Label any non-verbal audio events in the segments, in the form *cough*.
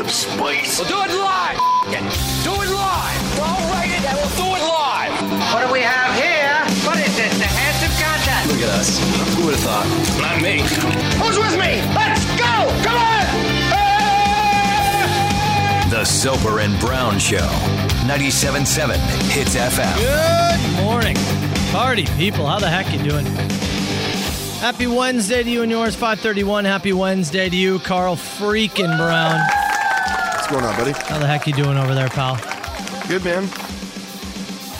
We'll do it live. F- it. Do it live. I'll write it and we'll do it live. What do we have here? What is this? The handsome contest. Look at us. Who would have thought? Not me. Who's with me? Let's go! Come on! The Soper and Brown Show. 97.7 Hits FM. Good morning, party people. How the heck you doing? Happy Wednesday to you and yours. 531. Happy Wednesday to you, Carl freaking Brown. What's going on, buddy? How the heck you doing over there, pal? Good, man.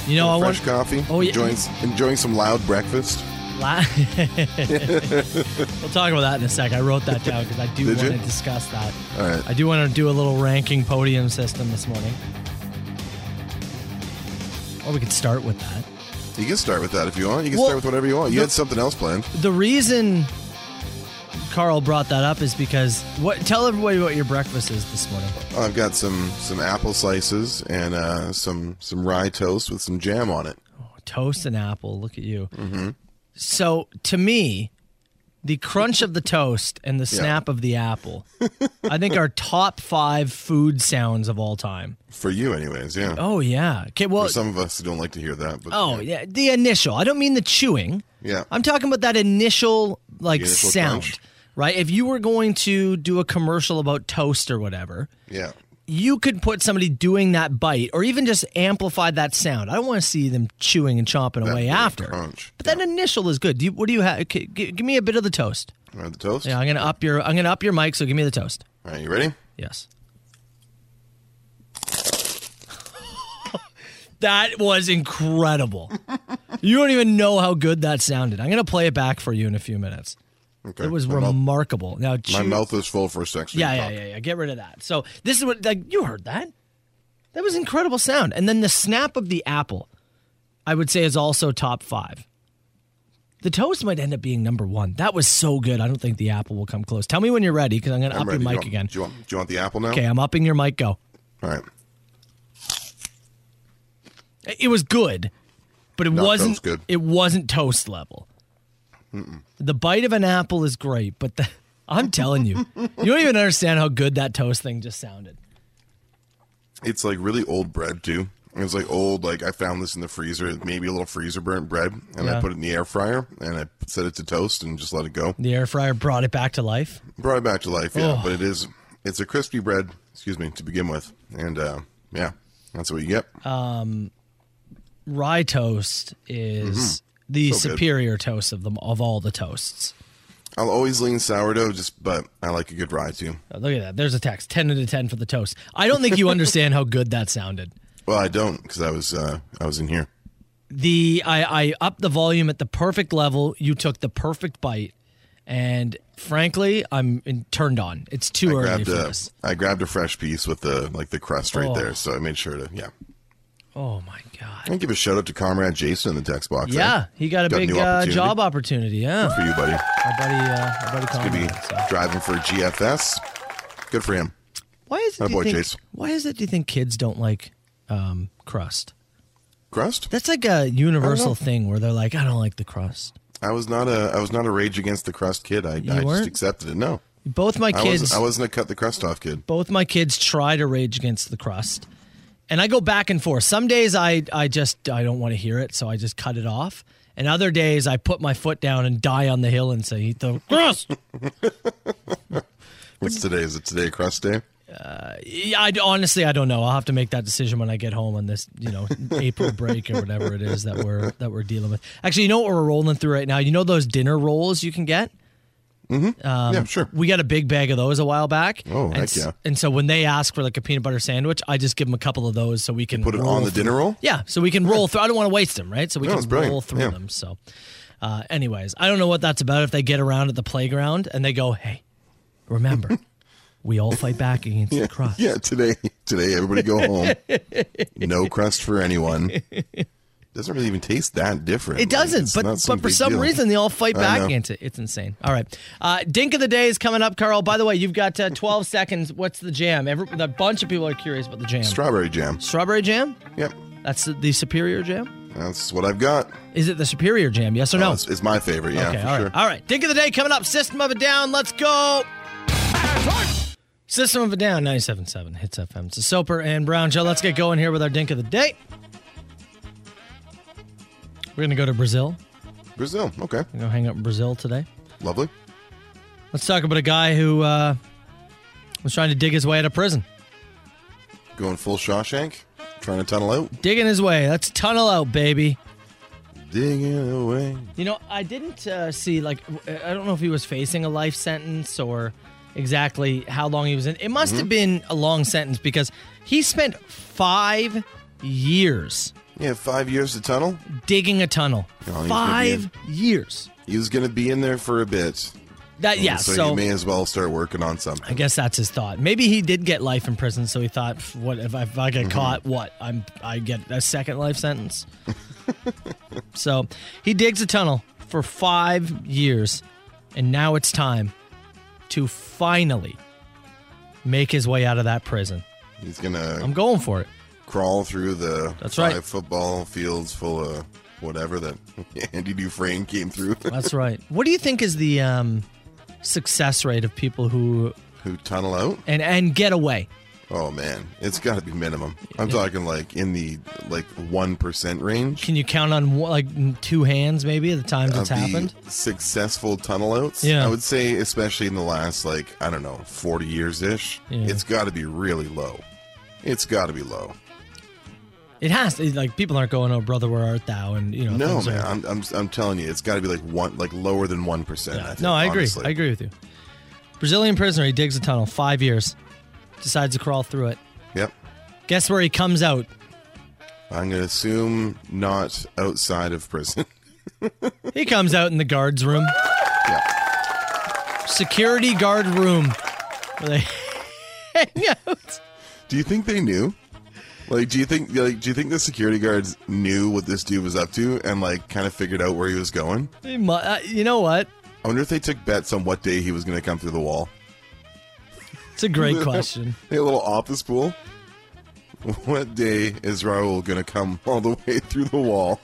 You know, I Fresh want coffee. Oh, yeah. Enjoying, enjoying some loud breakfast. La- *laughs* we'll talk about that in a sec. I wrote that down because I do Did want you? to discuss that. All right. I do want to do a little ranking podium system this morning. Or we could start with that. You can start with that if you want. You can Well, start with whatever you want. You the- had something else planned. The reason Carl brought that up is because what? Tell everybody what your breakfast is this morning. Oh, I've got some some apple slices and uh, some some rye toast with some jam on it. toast and apple. Look at you. Mm-hmm. So to me, the crunch of the toast and the snap of the apple, I think are top five food sounds of all time. For you, anyways. Yeah. Oh yeah. Okay. Well. For some of us who don't like to hear that, but oh yeah. The initial. I don't mean the chewing. Yeah. I'm talking about that initial like The initial sound. crunch. Right. If you were going to do a commercial about toast or whatever, yeah. you could put somebody doing that bite or even just amplify that sound. I don't want to see them chewing and chomping That away big after. crunch. But that initial is good. Do you, what do you have? Okay, gi- give me a bit of the toast. All right, the toast. Yeah, I'm gonna up your I'm gonna up your mic. So give me the toast. All right, you ready? Yes. *laughs* that was *laughs* incredible. you don't even know how good that sounded. I'm gonna play it back for you in a few minutes. Okay. It was my mouth, remarkable. Now, my chew- mouth is full for a second. yeah, yeah, yeah, yeah. Get rid of that. So this is what like you heard that. That was incredible sound. And then the snap of the apple, I would say, is also top five. The toast might end up being number one. That was so good. I don't think the apple will come close. Tell me when you're ready, because I'm gonna I'm up ready. your Do you mic want- again. Do you want do you want the apple now? Okay, I'm upping your mic. Go. All right. It was good, but it Not wasn't toast good. It wasn't toast level. The bite of an apple is great, but the, *laughs* I'm telling you, you don't even understand how good that toast thing just sounded. It's like really old bread too. It's like old, like I found this in the freezer, maybe a little freezer burnt bread, and Yeah. I put it in the air fryer and I set it to toast and just let it go. The air fryer brought it back to life. Brought it back to life, yeah. Oh. But it is, it's a crispy bread, excuse me, to begin with, and uh, yeah, that's what you get. Uh. rye toast is the Mm-hmm. So good. superior toast of them of all the toasts. I'll always lean sourdough, just but I like a good rye too. Oh, look at that. There's a text. Ten out of ten for the toast. I don't think you understand how good that sounded. Well, I don't because I was, uh, I was in here. The I, I upped the volume at the perfect level. You took the perfect bite, and frankly, I'm in, turned on. It's too I early grabbed for a, this. I grabbed a fresh piece with the like the crust right Oh. there, so I made sure to, yeah. Oh my god. I give a shout out to Comrade Jason in the text box. eh? Yeah, he got a Got a big new uh, opportunity. job opportunity. Yeah, for you, buddy. our buddy, uh, our buddy Could be Conrad, so. driving for GFS. Good for him. Why is it? my do you boy think, Chase. Why is it? Do you think kids don't like um, crust? Crust? That's like a universal thing where they're like, I don't like the crust. I was not a I was not a rage against the crust kid. I, I weren't? just accepted it. No, Both my I kids, wasn't. I wasn't a cut the crust off kid. both my kids try to rage against the crust, and I go back and forth. Some days I, I just I don't want to hear it, so I just cut it off. And other days I put my foot down and die on the hill and say, "Eat the crust." What's today? Is it today crust day? Yeah, I honestly I don't know. I'll have to make that decision when I get home on this, you know, *laughs* April break or whatever it is that we're that we're dealing with. Actually, you know what we're rolling through right now? You know those dinner rolls you can get? um, yeah, sure. we got a big bag of those a while back. Oh, and, heck s- yeah. And so when they ask for like a peanut butter sandwich, I just give them a couple of those so we can Put it roll on the through- dinner roll. Yeah, so we can roll through. I don't want to waste them, right? So we No, it's can roll brilliant. through Yeah. them. So, uh, anyways, I don't know what that's about. If they get around at the playground and they go, "Hey, remember, *laughs* we all fight back against the crust." Yeah, today, today, everybody go home. no crust for anyone. Doesn't really even taste that different. It Like, doesn't, it's but not but for big some deal. reason they all fight I back know. against it. It's insane. All right, uh, Dink of the Day is coming up, Carl. By the way, you've got uh, 12 seconds. What's the jam? Every, a bunch of people are curious about the jam. strawberry jam. Strawberry jam? Yep, That's the, the superior jam? that's what I've got. Is it the superior jam? Yes or no? Oh, it's, it's my favorite. Yeah, okay, for all right. sure. All right. Dink of the day coming up. System of a down. Let's go. System of a Down, 97.7 Hits FM. It's a Soper and Brown Show. Let's get going here with our Dink of the Day. We're going to go to Brazil. Brazil. Okay. We're going to hang out in Brazil today. Lovely. Let's talk about a guy who uh, was trying to dig his way out of prison. Going full Shawshank. Trying to tunnel out. Digging his way. That's tunnel out, baby. Digging away. You know, I didn't uh, see like w- I don't know if he was facing a life sentence or exactly how long he was in. It must Mm-hmm. have been a long sentence because he spent five years Yeah, five years to tunnel. digging a tunnel. How long Oh, he's Five gonna years. He was going to be in there for a bit. That yeah. Oh, So, So, you may as well start working on I something. guess that's his thought. Maybe he did get life in prison, so he thought, "Pff, "What if I, if I get caught? What I'm I get a second life sentence." so he digs a tunnel for five years, and now it's time to finally make his way out of that prison. He's going to I'm going for it. crawl through the That's five right. football fields full of whatever that *laughs* Andy Dufresne came through. *laughs* That's right. What do you think is the um, success rate of people who Who tunnel out? and and get away? Oh man, it's got to be minimum. I'm talking like in the like one percent range Can you count on one- like two hands maybe the times of it's happened? Uh, the successful tunnel outs. Yeah. I would say, especially in the last like I don't know, forty years ish. Yeah. It's got to be really low. It's got to be low. It has to like people aren't going, "Oh, brother, where art thou?" And you know, No things man, are- I'm, I'm I'm telling you, it's got to be like one like lower than one percent. Yeah. no, I agree. I agree with you. Brazilian prisoner, he digs a tunnel, five years, decides to crawl through it. Yep. Guess where he comes out? I'm gonna assume not outside of prison. *laughs* He comes out in the guards room, yeah. security guard room. Where they *laughs* hang out. Do you think they knew? Like, do you think like do you think the security guards knew what this dude was up to and like kind of figured out where he was going? They mu- uh, You know what? I wonder if they took bets on what day he was gonna come through the wall. It's a *laughs* great question. They had a little office pool. What day is Raul gonna come all the way through the wall?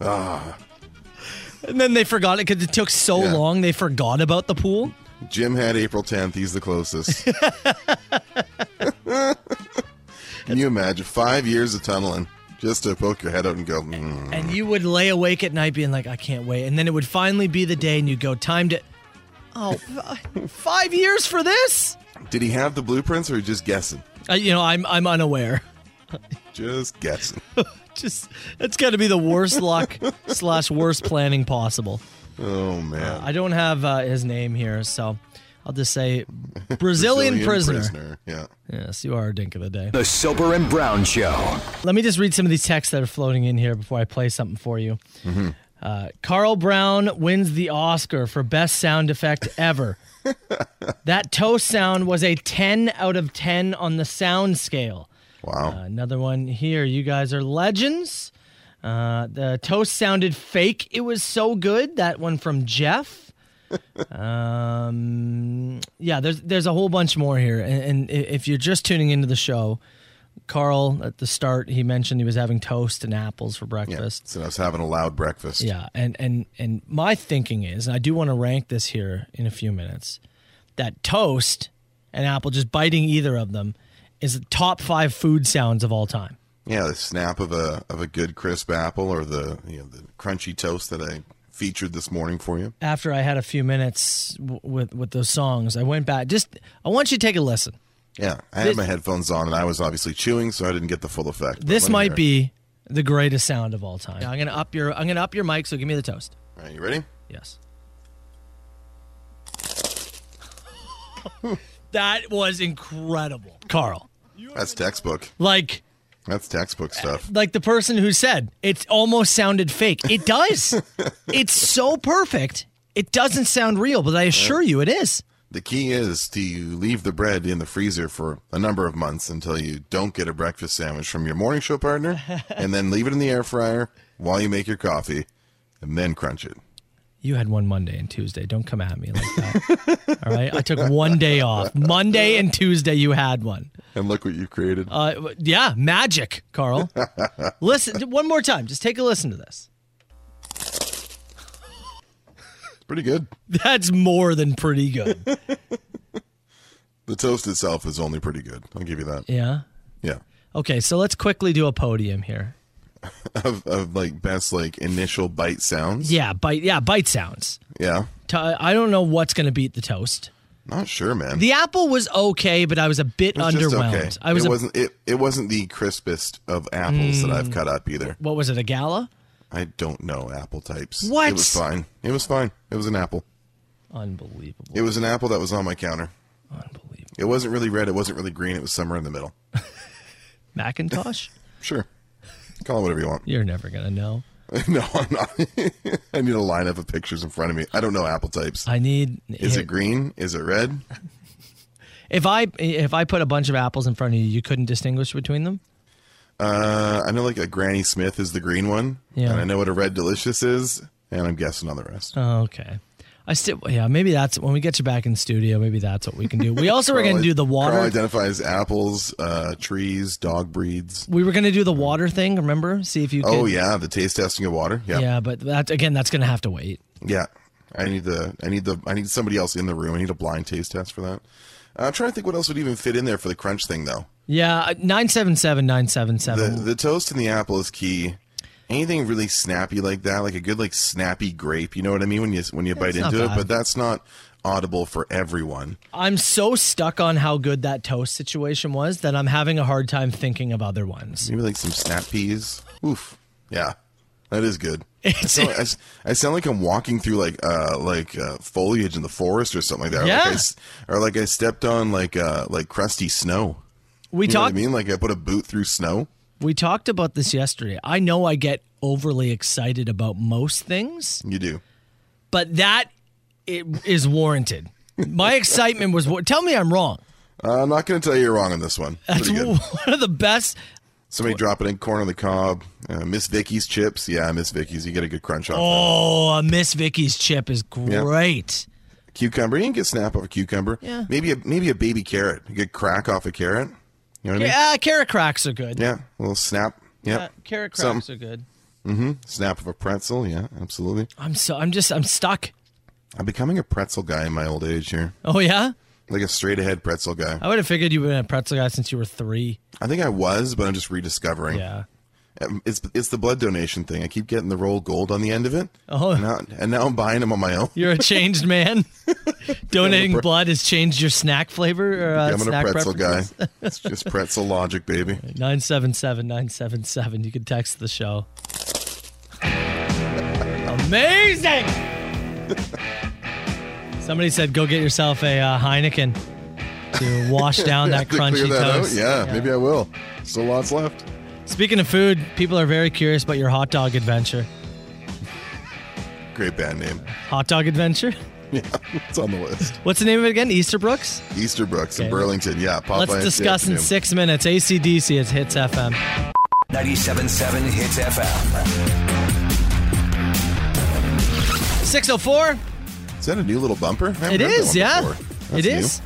And then they forgot it because it took so Yeah. long. They forgot about the pool. Jim had April 10th. He's *laughs* the closest. Can you imagine five years of tunneling just to poke your head out and go, mm, And you would lay awake at night being like, I can't wait. And then it would finally be the day, and you'd go, Time to. Oh, f- *laughs* five years for this? did he have the blueprints or just guessing? Uh, you know, I'm, I'm unaware. *laughs* Just guessing. Just, that's got to be the worst luck *laughs* slash worst planning possible. Oh, man. I don't have uh, his name here, so I'll just say Brazilian, prisoner. Yeah. Yes, you are a dink of the day. The Soper and Brown Show. Let me just read some of these texts that are floating in here before I play something for you. Uh, Carl Brown wins the Oscar for best sound effect ever. that toast sound was a 10 out of 10 on the sound scale. Wow. Another one here. You guys are legends. Uh, the toast sounded fake. It was so good. That one from Jeff. um, yeah, there's there's a whole bunch more here. And, and i- if you're just tuning into the show, Carl at the start he mentioned he was having toast and apples for yeah. breakfast. So I was having a loud breakfast. Yeah, and and and my thinking is, and I do want to rank this here in a few minutes, that toast and apple, just biting either of them, is the top five food sounds of all time. Yeah, the snap of a of a good crisp apple or the you know the crunchy toast that I featured this morning for you. After I had a few minutes w- with with those songs, I went back. Just I want you to take a listen. Yeah, I had my headphones on and I was obviously chewing, so I didn't get the full effect. but This let me hear might it. be the greatest sound of all time. I'm gonna up your I'm gonna up your mic. So give me the toast. All right, you ready? Yes. *laughs* that was incredible, Carl. That's textbook. Like. That's textbook stuff. like the person who said it almost sounded fake. It *laughs* does. it's so perfect. It doesn't sound real, but I assure you it is. The key is to leave the bread in the freezer for a number of months until you don't get a breakfast sandwich from your morning show *laughs* partner, and then leave it in the air fryer while you make your coffee, and then crunch it. You had one Monday and Tuesday. Don't come at me like that. *laughs* All right. I took one day off. Monday and Tuesday, you had one. And look what you've created. Uh, w- yeah, magic, Carl. listen, one more time. Just take a listen to this. It's pretty good. That's more than pretty good. The toast itself is only pretty good. I'll give you that. Yeah. Yeah. *laughs* Okay, so let's quickly do a podium here. Of, of like best like initial bite sounds. Yeah, bite. Yeah, bite sounds. Yeah. To- I don't know what's going to beat the toast. Not sure, man. The apple was okay, but I was a bit It's just underwhelmed. okay. I was. it a- wasn't it, it wasn't the crispest of apples that Hmm. I've cut up either. what was it? A gala? I don't know apple types. What? It was fine. It was fine. It was an apple. Unbelievable. It was an apple that was on my counter. Unbelievable. It wasn't really red. It wasn't really green. It was somewhere in the middle. Macintosh? *laughs* Sure. Call it whatever you want. *laughs* You're never gonna know. No, I'm not. *laughs* I need a lineup of pictures in front of me. I don't know apple types. I need. Is it green? Is it red? If I if I put a bunch of apples in front of you, you couldn't distinguish between them. Uh, I know like a Granny Smith is the green one. Yeah. And I know what a red delicious is. And I'm guessing on the rest. Oh, okay. I still, yeah, maybe that's when we get you back in studio. Maybe that's what we can do. *laughs* We also were going to Carl- do the water. Carl identifies apples, uh, trees, dog breeds. we were going to do the water thing. Remember? See if you. Could, Oh yeah, the taste testing of water. Yeah. yeah, Yeah, but that again, that's going to have to wait. I need the, I need the, I need somebody else in the room. I need a blind taste test for that. Uh, I'm trying to think what else would even fit in there for the crunch thing though. Yeah, uh, nine seven seven nine seven The seven. the toast and the apple is key. Anything really snappy like that, like a good like snappy grape. You know what I mean when you when you bite it's not into it, bad. but that's not audible for everyone. I'm so stuck on how good that toast situation was that I'm having a hard time thinking of other ones. Maybe like some snap peas. Oof. Yeah, that is *laughs* good. I, It's- sound, I s- I sound like I'm walking through like uh like uh, foliage in the forest or something like that. Or like Yeah. I s- or like I stepped on like uh like crusty snow. We You know what I talked mean? Like I put a boot through snow. we talked about this yesterday. I know I get overly excited about most things. You do. but that it is warranted. My excitement was. wa- Tell me I'm wrong. Uh, I'm not going to tell you you're wrong on *laughs* this one. That's Pretty good. one of the best. Somebody dropping in corn on the cob. Uh, Miss Vicky's chips. Yeah, Miss Vicky's. You get a good crunch off Oh, a Miss Vicky's chip is great. that. Cucumber. You can get snap off a cucumber. Yeah. Maybe a maybe a baby carrot. You get crack off a carrot. You know what I mean? Yeah, carrot cracks are good. Yeah, a little snap. Yep. Uh, carrot cracks Something. are good. Snap of a pretzel. Yeah, absolutely. I'm so. I'm just. I'm stuck. I'm becoming a pretzel guy in my old age here, Oh yeah. like a straight ahead pretzel guy. I would have figured you were a pretzel guy since you were three. I think I was, but I'm just rediscovering. Yeah. Um, It's it's the blood donation thing. I keep getting the roll gold on the end of it. Oh. And now, and now I'm buying them on my own. You're a changed *laughs* man. Donating pre- blood has changed your snack flavor or uh, I'm a snack pretzel preferences. guy. *laughs* It's just pretzel logic, baby. Nine seven seven nine seven seven. You can text the show. Amazing. Somebody said, "Go get yourself a uh, Heineken to *laughs* wash down that To clear crunchy that out, toast." Yeah, maybe I will. Still lots left. Speaking of food, people are very curious about your hot dog adventure. Great band name. *laughs* Hot dog adventure. Yeah, it's on the *laughs* list. What's the name of it again? Easterbrooks. Easterbrooks in Okay. Burlington. Yeah, Popeye. Let's in the discuss in afternoon. six minutes. ACDC. It's hits FM. 97.7 Hits FM. 604. Is that a new little bumper? I haven't It heard that is. one Yeah. before. It That's is.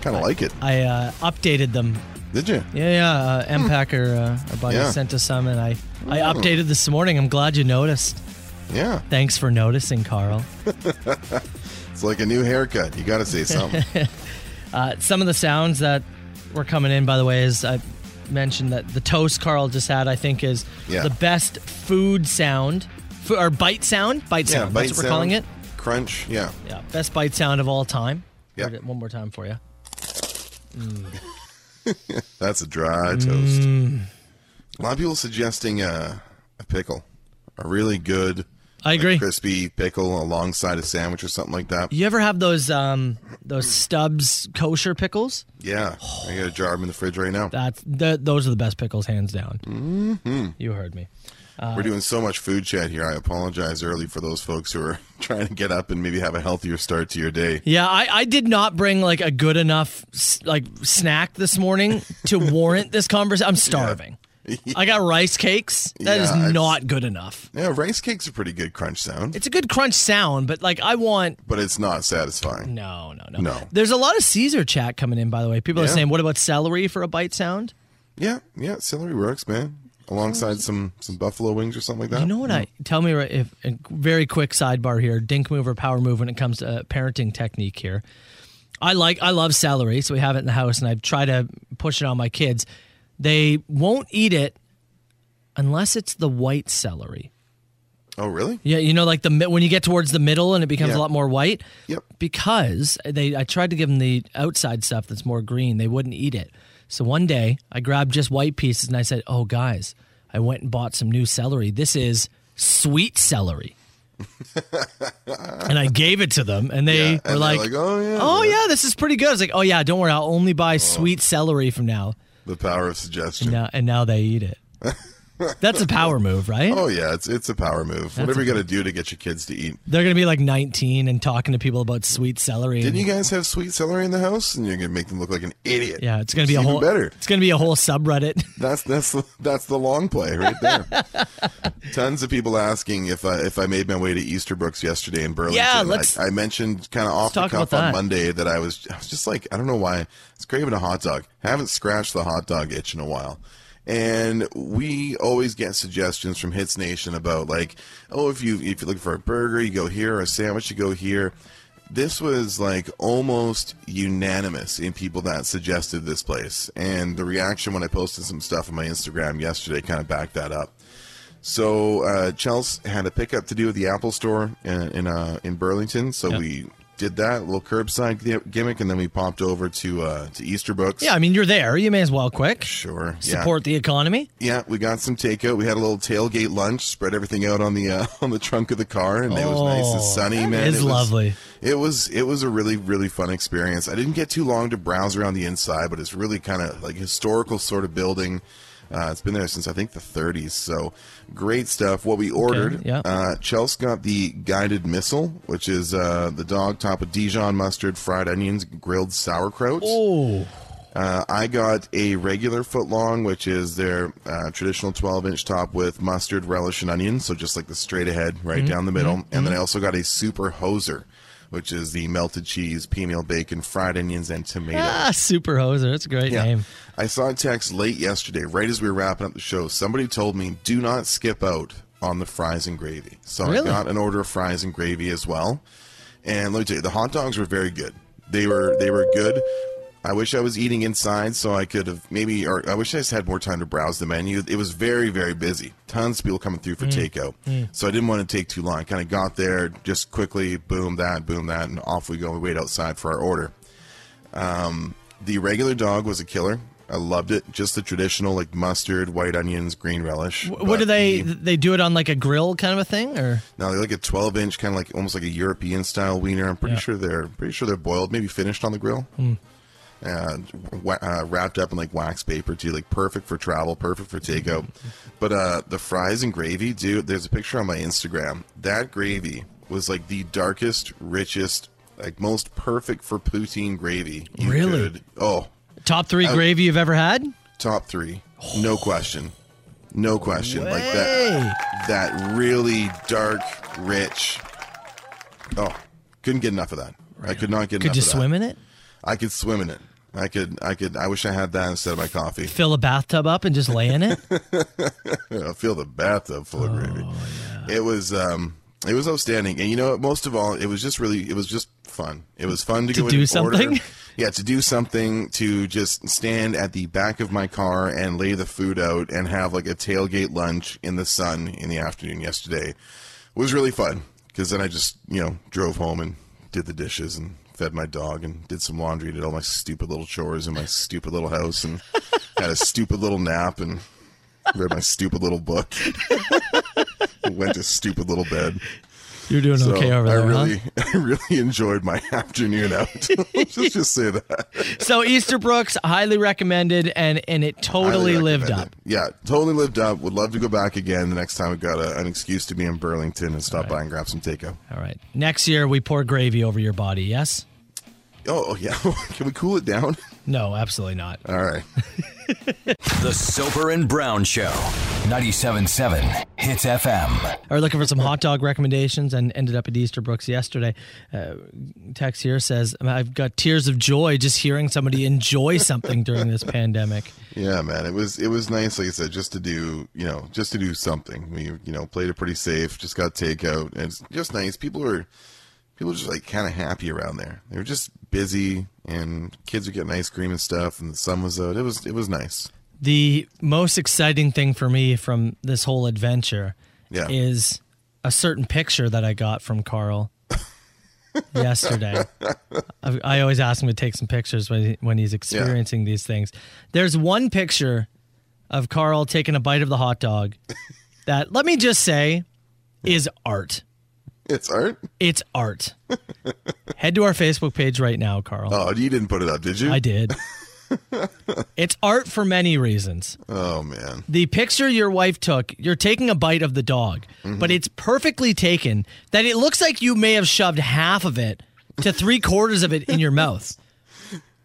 Kind of like it. I uh, updated them Did you? Yeah, yeah. Uh, M Packer, uh, our buddy, Yeah. Oh. sent us some, and I, I updated this morning. I'm glad you noticed. Yeah. Thanks for noticing, Carl. It's like a new haircut. You got to *laughs* say something. Uh, some of the sounds that were coming in, by the way, is I mentioned that the toast Carl just had, I think, is Yeah. the best food sound, fo- or bite sound, bite yeah, sound. bite that's what we're sound, calling it. Crunch. Yeah. Yeah, best bite sound of all time. Yeah. Heard it One more time for you. That's a dry toast. A lot of people suggesting uh, a pickle, a really good, I agree. crispy pickle alongside a sandwich or something like that. You ever have those um those Stubbs kosher pickles? Yeah. I got a jar of them in the fridge right now. That's th- those are the best pickles, hands down. Mm-hmm. You heard me. We're doing so much food chat here. I apologize early for those folks who are *laughs* trying to get up and maybe have a healthier start to your day. Yeah, I, I did not bring like a good enough s- like snack this morning *laughs* to warrant this conversation. I'm starving. I got rice cakes. That is Yeah, I've- not good enough. Yeah, rice cake's a pretty good crunch sound, It's a good crunch sound, but like I want but it's not satisfying. no, no, no. No. There's a lot of Caesar chat coming in by the way. People Yeah. are saying, "What about celery for a bite sound?" Yeah, yeah, celery works, man. Alongside some some buffalo wings or something like that. You know what I tell me right if a very quick sidebar here, dink move or power move when it comes to uh, parenting technique here. I like I love celery, so we have it in the house, and I try to push it on my kids. They won't eat it unless it's the white celery. Oh, really? Yeah, you know, like the mi- when you get towards the middle and it becomes Yeah. a lot more white. Yep. Because they, I tried to give them the outside stuff that's more green. They wouldn't eat it. So one day I grabbed just white pieces and I said, "Oh guys, I went and bought some new celery. This is sweet celery." and I gave it to them, and they Yeah, were and they're like, like, "Oh, yeah, oh yeah." Oh. yeah, this is pretty good." I was like, "Oh yeah, don't worry, I'll only buy sweet celery from now." The power of suggestion. Now and now they eat it. That's a power move, right? Oh yeah, it's it's a power move. Whatever you got to do to get your kids to eat. They're gonna be like 19 and talking to people about sweet celery. Didn't and- you guys have sweet celery in the house? And you're gonna make them look like an idiot. Yeah, it's gonna be a even whole better. It's gonna be a whole subreddit. *laughs* That's that's the- that's the long play right there. Tons of people asking if I if I made my way to Easterbrook's yesterday in Burlington. Yeah, let's- I, I mentioned kind of off the talk cuff about on that. Monday that I was I was just like I don't know why I was craving a hot dog. haven't scratched the hot dog itch in a while. And we always get suggestions from Hits Nation about like, oh, if you if you're looking for a burger, you go here, or a sandwich, you go here. This was like almost unanimous in people that suggested this place. And the reaction when I posted some stuff on my Instagram yesterday kind of backed that up. So uh, Chelsea had a pickup to do at the Apple Store in in, uh, in Burlington. So we did that little curbside gi- gimmick, and then we popped over to uh, to Easter Books. yeah, I mean you're there. You may as well quick sure. support the economy. Yeah. yeah, we got some takeout. We had a little tailgate lunch. Spread everything out on the uh, *laughs* on the trunk of the car, and it was nice and Oh, sunny. that man, is it was, lovely. It was it was a really really fun experience. I didn't get too long to browse around the inside, but it's really kind of like historical sort of building. Uh, it's been there since I think the 30s, so great stuff. What we ordered, yeah. uh, Chelsea got the guided missile, which is uh, the dog top of Dijon mustard, fried onions, grilled sauerkraut. Oh, Uh, I got a regular foot long, which is their uh, traditional 12 inch top with mustard, relish, and onion. So just like the straight ahead, Mm-hmm. right down the middle. And then I also got a super hoser, which is the melted cheese, pea bacon, fried onions, and tomato. ah, super hoser. That's a great name. I saw a text late yesterday, right as we were wrapping up the show. Somebody told me, do not skip out on the fries and gravy. So Really? I got an order of fries and gravy as well. And let me tell you, the hot dogs were very good. They were they were good. I wish I was eating inside so I could have maybe, or I wish I just had more time to browse the menu. It was very, very busy. Tons of people coming through for Mm. takeout. So I didn't want to take too long. Kind of got there just quickly, boom, that, boom, that, and off we go. We wait outside for our order. Um, The regular dog was a killer. I loved it. Just the traditional, like mustard, white onions, green relish. W- What do they? They do it on like a grill kind of a thing, or Now they're like a 12 inch, kind of like almost like a European style wiener. I'm pretty Yeah. Hmm. sure they're pretty sure they're boiled, maybe finished on the grill, and wa- uh, wrapped up in like wax paper too. Like perfect for travel, perfect for takeout. But uh, the fries and gravy, dude. There's a picture on my Instagram. That gravy was like the darkest, richest, like most perfect for poutine gravy. you Really? could- oh, top three gravy you've ever had? top three, no question, no question. Like Way. that, that really dark, rich. Oh, couldn't get enough of that. I could not get Could enough. you of that. swim in it? I could swim in it. I could. I could. I wish I had that instead of my coffee. Fill a bathtub up and just lay in *laughs* it. I feel the bathtub full of gravy. Oh, It was. um it was outstanding, and you know, what? most of all, it was just really, it was just fun. It was fun to, To go do in and something? Order. *laughs* Yeah, to do something, to just stand at the back of my car and lay the food out and have like a tailgate lunch in the sun in the afternoon yesterday was really fun because then I just, you know, drove home and did the dishes and fed my dog and did some laundry, did all my stupid little chores in my stupid little house and *laughs* had a stupid little nap and read my stupid little book. *laughs* Went to stupid little bed. You're doing So okay over I there. huh? really, *laughs* I really enjoyed my *laughs* afternoon out. *laughs* Let's just, just say that. So Easter Brooks highly recommended, and and it totally Highly lived recommend up. it. Yeah, totally lived up. Would love to go back again the next time we got a, an excuse to be in Burlington and stop by and grab some takeout. All right, next year we pour gravy over your body. Yes? Oh, oh, yeah. *laughs* Can we cool it down? No, absolutely not. All right. The Soper and Brown Show. 97.7 Hits FM. are looking for some hot dog recommendations and ended up at Easterbrooks yesterday. Uh, text here says, I've got tears of joy just hearing somebody enjoy something during this pandemic. Yeah, man, it was it was nice. Like I said, just to do you know just to do something. We you know played it pretty safe. Just got takeout, and it's just nice. People were people were just like kind of happy around there. They were just busy, and kids were getting ice cream and stuff, and the sun was out. It was it was nice. The most exciting thing for me from this whole adventure Yeah. is a certain picture that I got from *laughs* Carl yesterday. I, I always ask him to take some pictures when he, when he's experiencing these things. There's one picture of Carl taking a bite of the hot *laughs* dog that let me just say is art. It's art. It's art. Head to our Facebook page right now, Carl. Oh, you didn't put it up, did you? I *laughs* did. it's art for many reasons. Oh man, The picture your wife took, you're taking a bite of the dog, Mm-hmm. but it's perfectly taken that it looks like you may have shoved half of it to three quarters of it in your *laughs* mouth.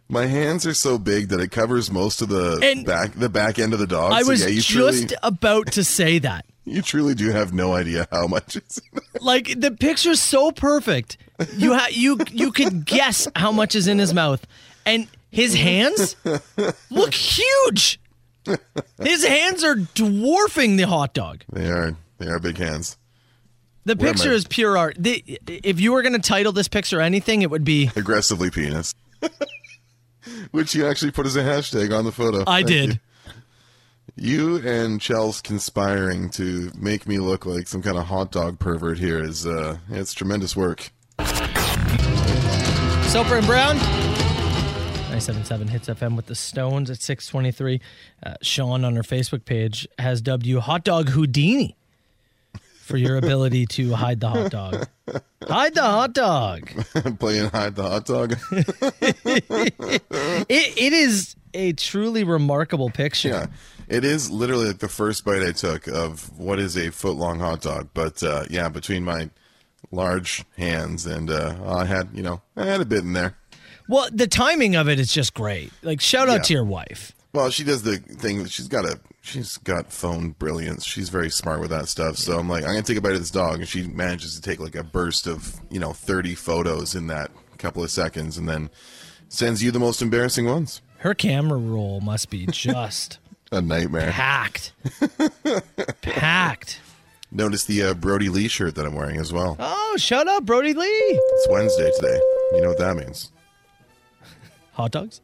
my hands are so big that it covers most of the And- back the back end of the dog. I so was yeah, you just truly, about to say that. you truly do have no idea how much is. In there. Like the picture's so perfect. You ha- you you could guess how much is in his mouth. And his hands look huge. His hands are dwarfing the hot dog. *laughs* They are they are big hands. The Where am picture I? is pure art. The, if you were going to title this picture anything, it would be Aggressively penis. *laughs* Which you actually put as a hashtag on the photo. I Thank did. You, you and Chels conspiring to make me look like some kind of hot dog pervert here is uh it's tremendous work. *laughs* Soper and Brown. 977 hits FM with the Stones at 623. Uh, Sean on her Facebook page has dubbed you Hot Dog Houdini for your ability to hide the hot dog. Hide the hot dog. Playing hide the hot dog. *laughs* It, it is a truly remarkable picture. Yeah, it is literally like the first bite I took of what is a foot long hot dog. But uh, yeah, between my large hands and uh, I had, you know, I had a bit in there. Well, the timing of it is just great. Like, shout out Yeah. to your wife. Well, she does the thing. that She's got a she's got phone brilliance. She's very smart with that stuff. So I'm like, I'm gonna take a bite of this dog, and she manages to take like a burst of you know 30 photos in that couple of seconds, and then sends you the most embarrassing ones. Her camera roll must be just *laughs* A nightmare. packed. packed. Notice the uh, Brody Lee shirt that I'm wearing as well. Oh, shout out Brody Lee. It's Wednesday today. You know what that means. Hot dogs?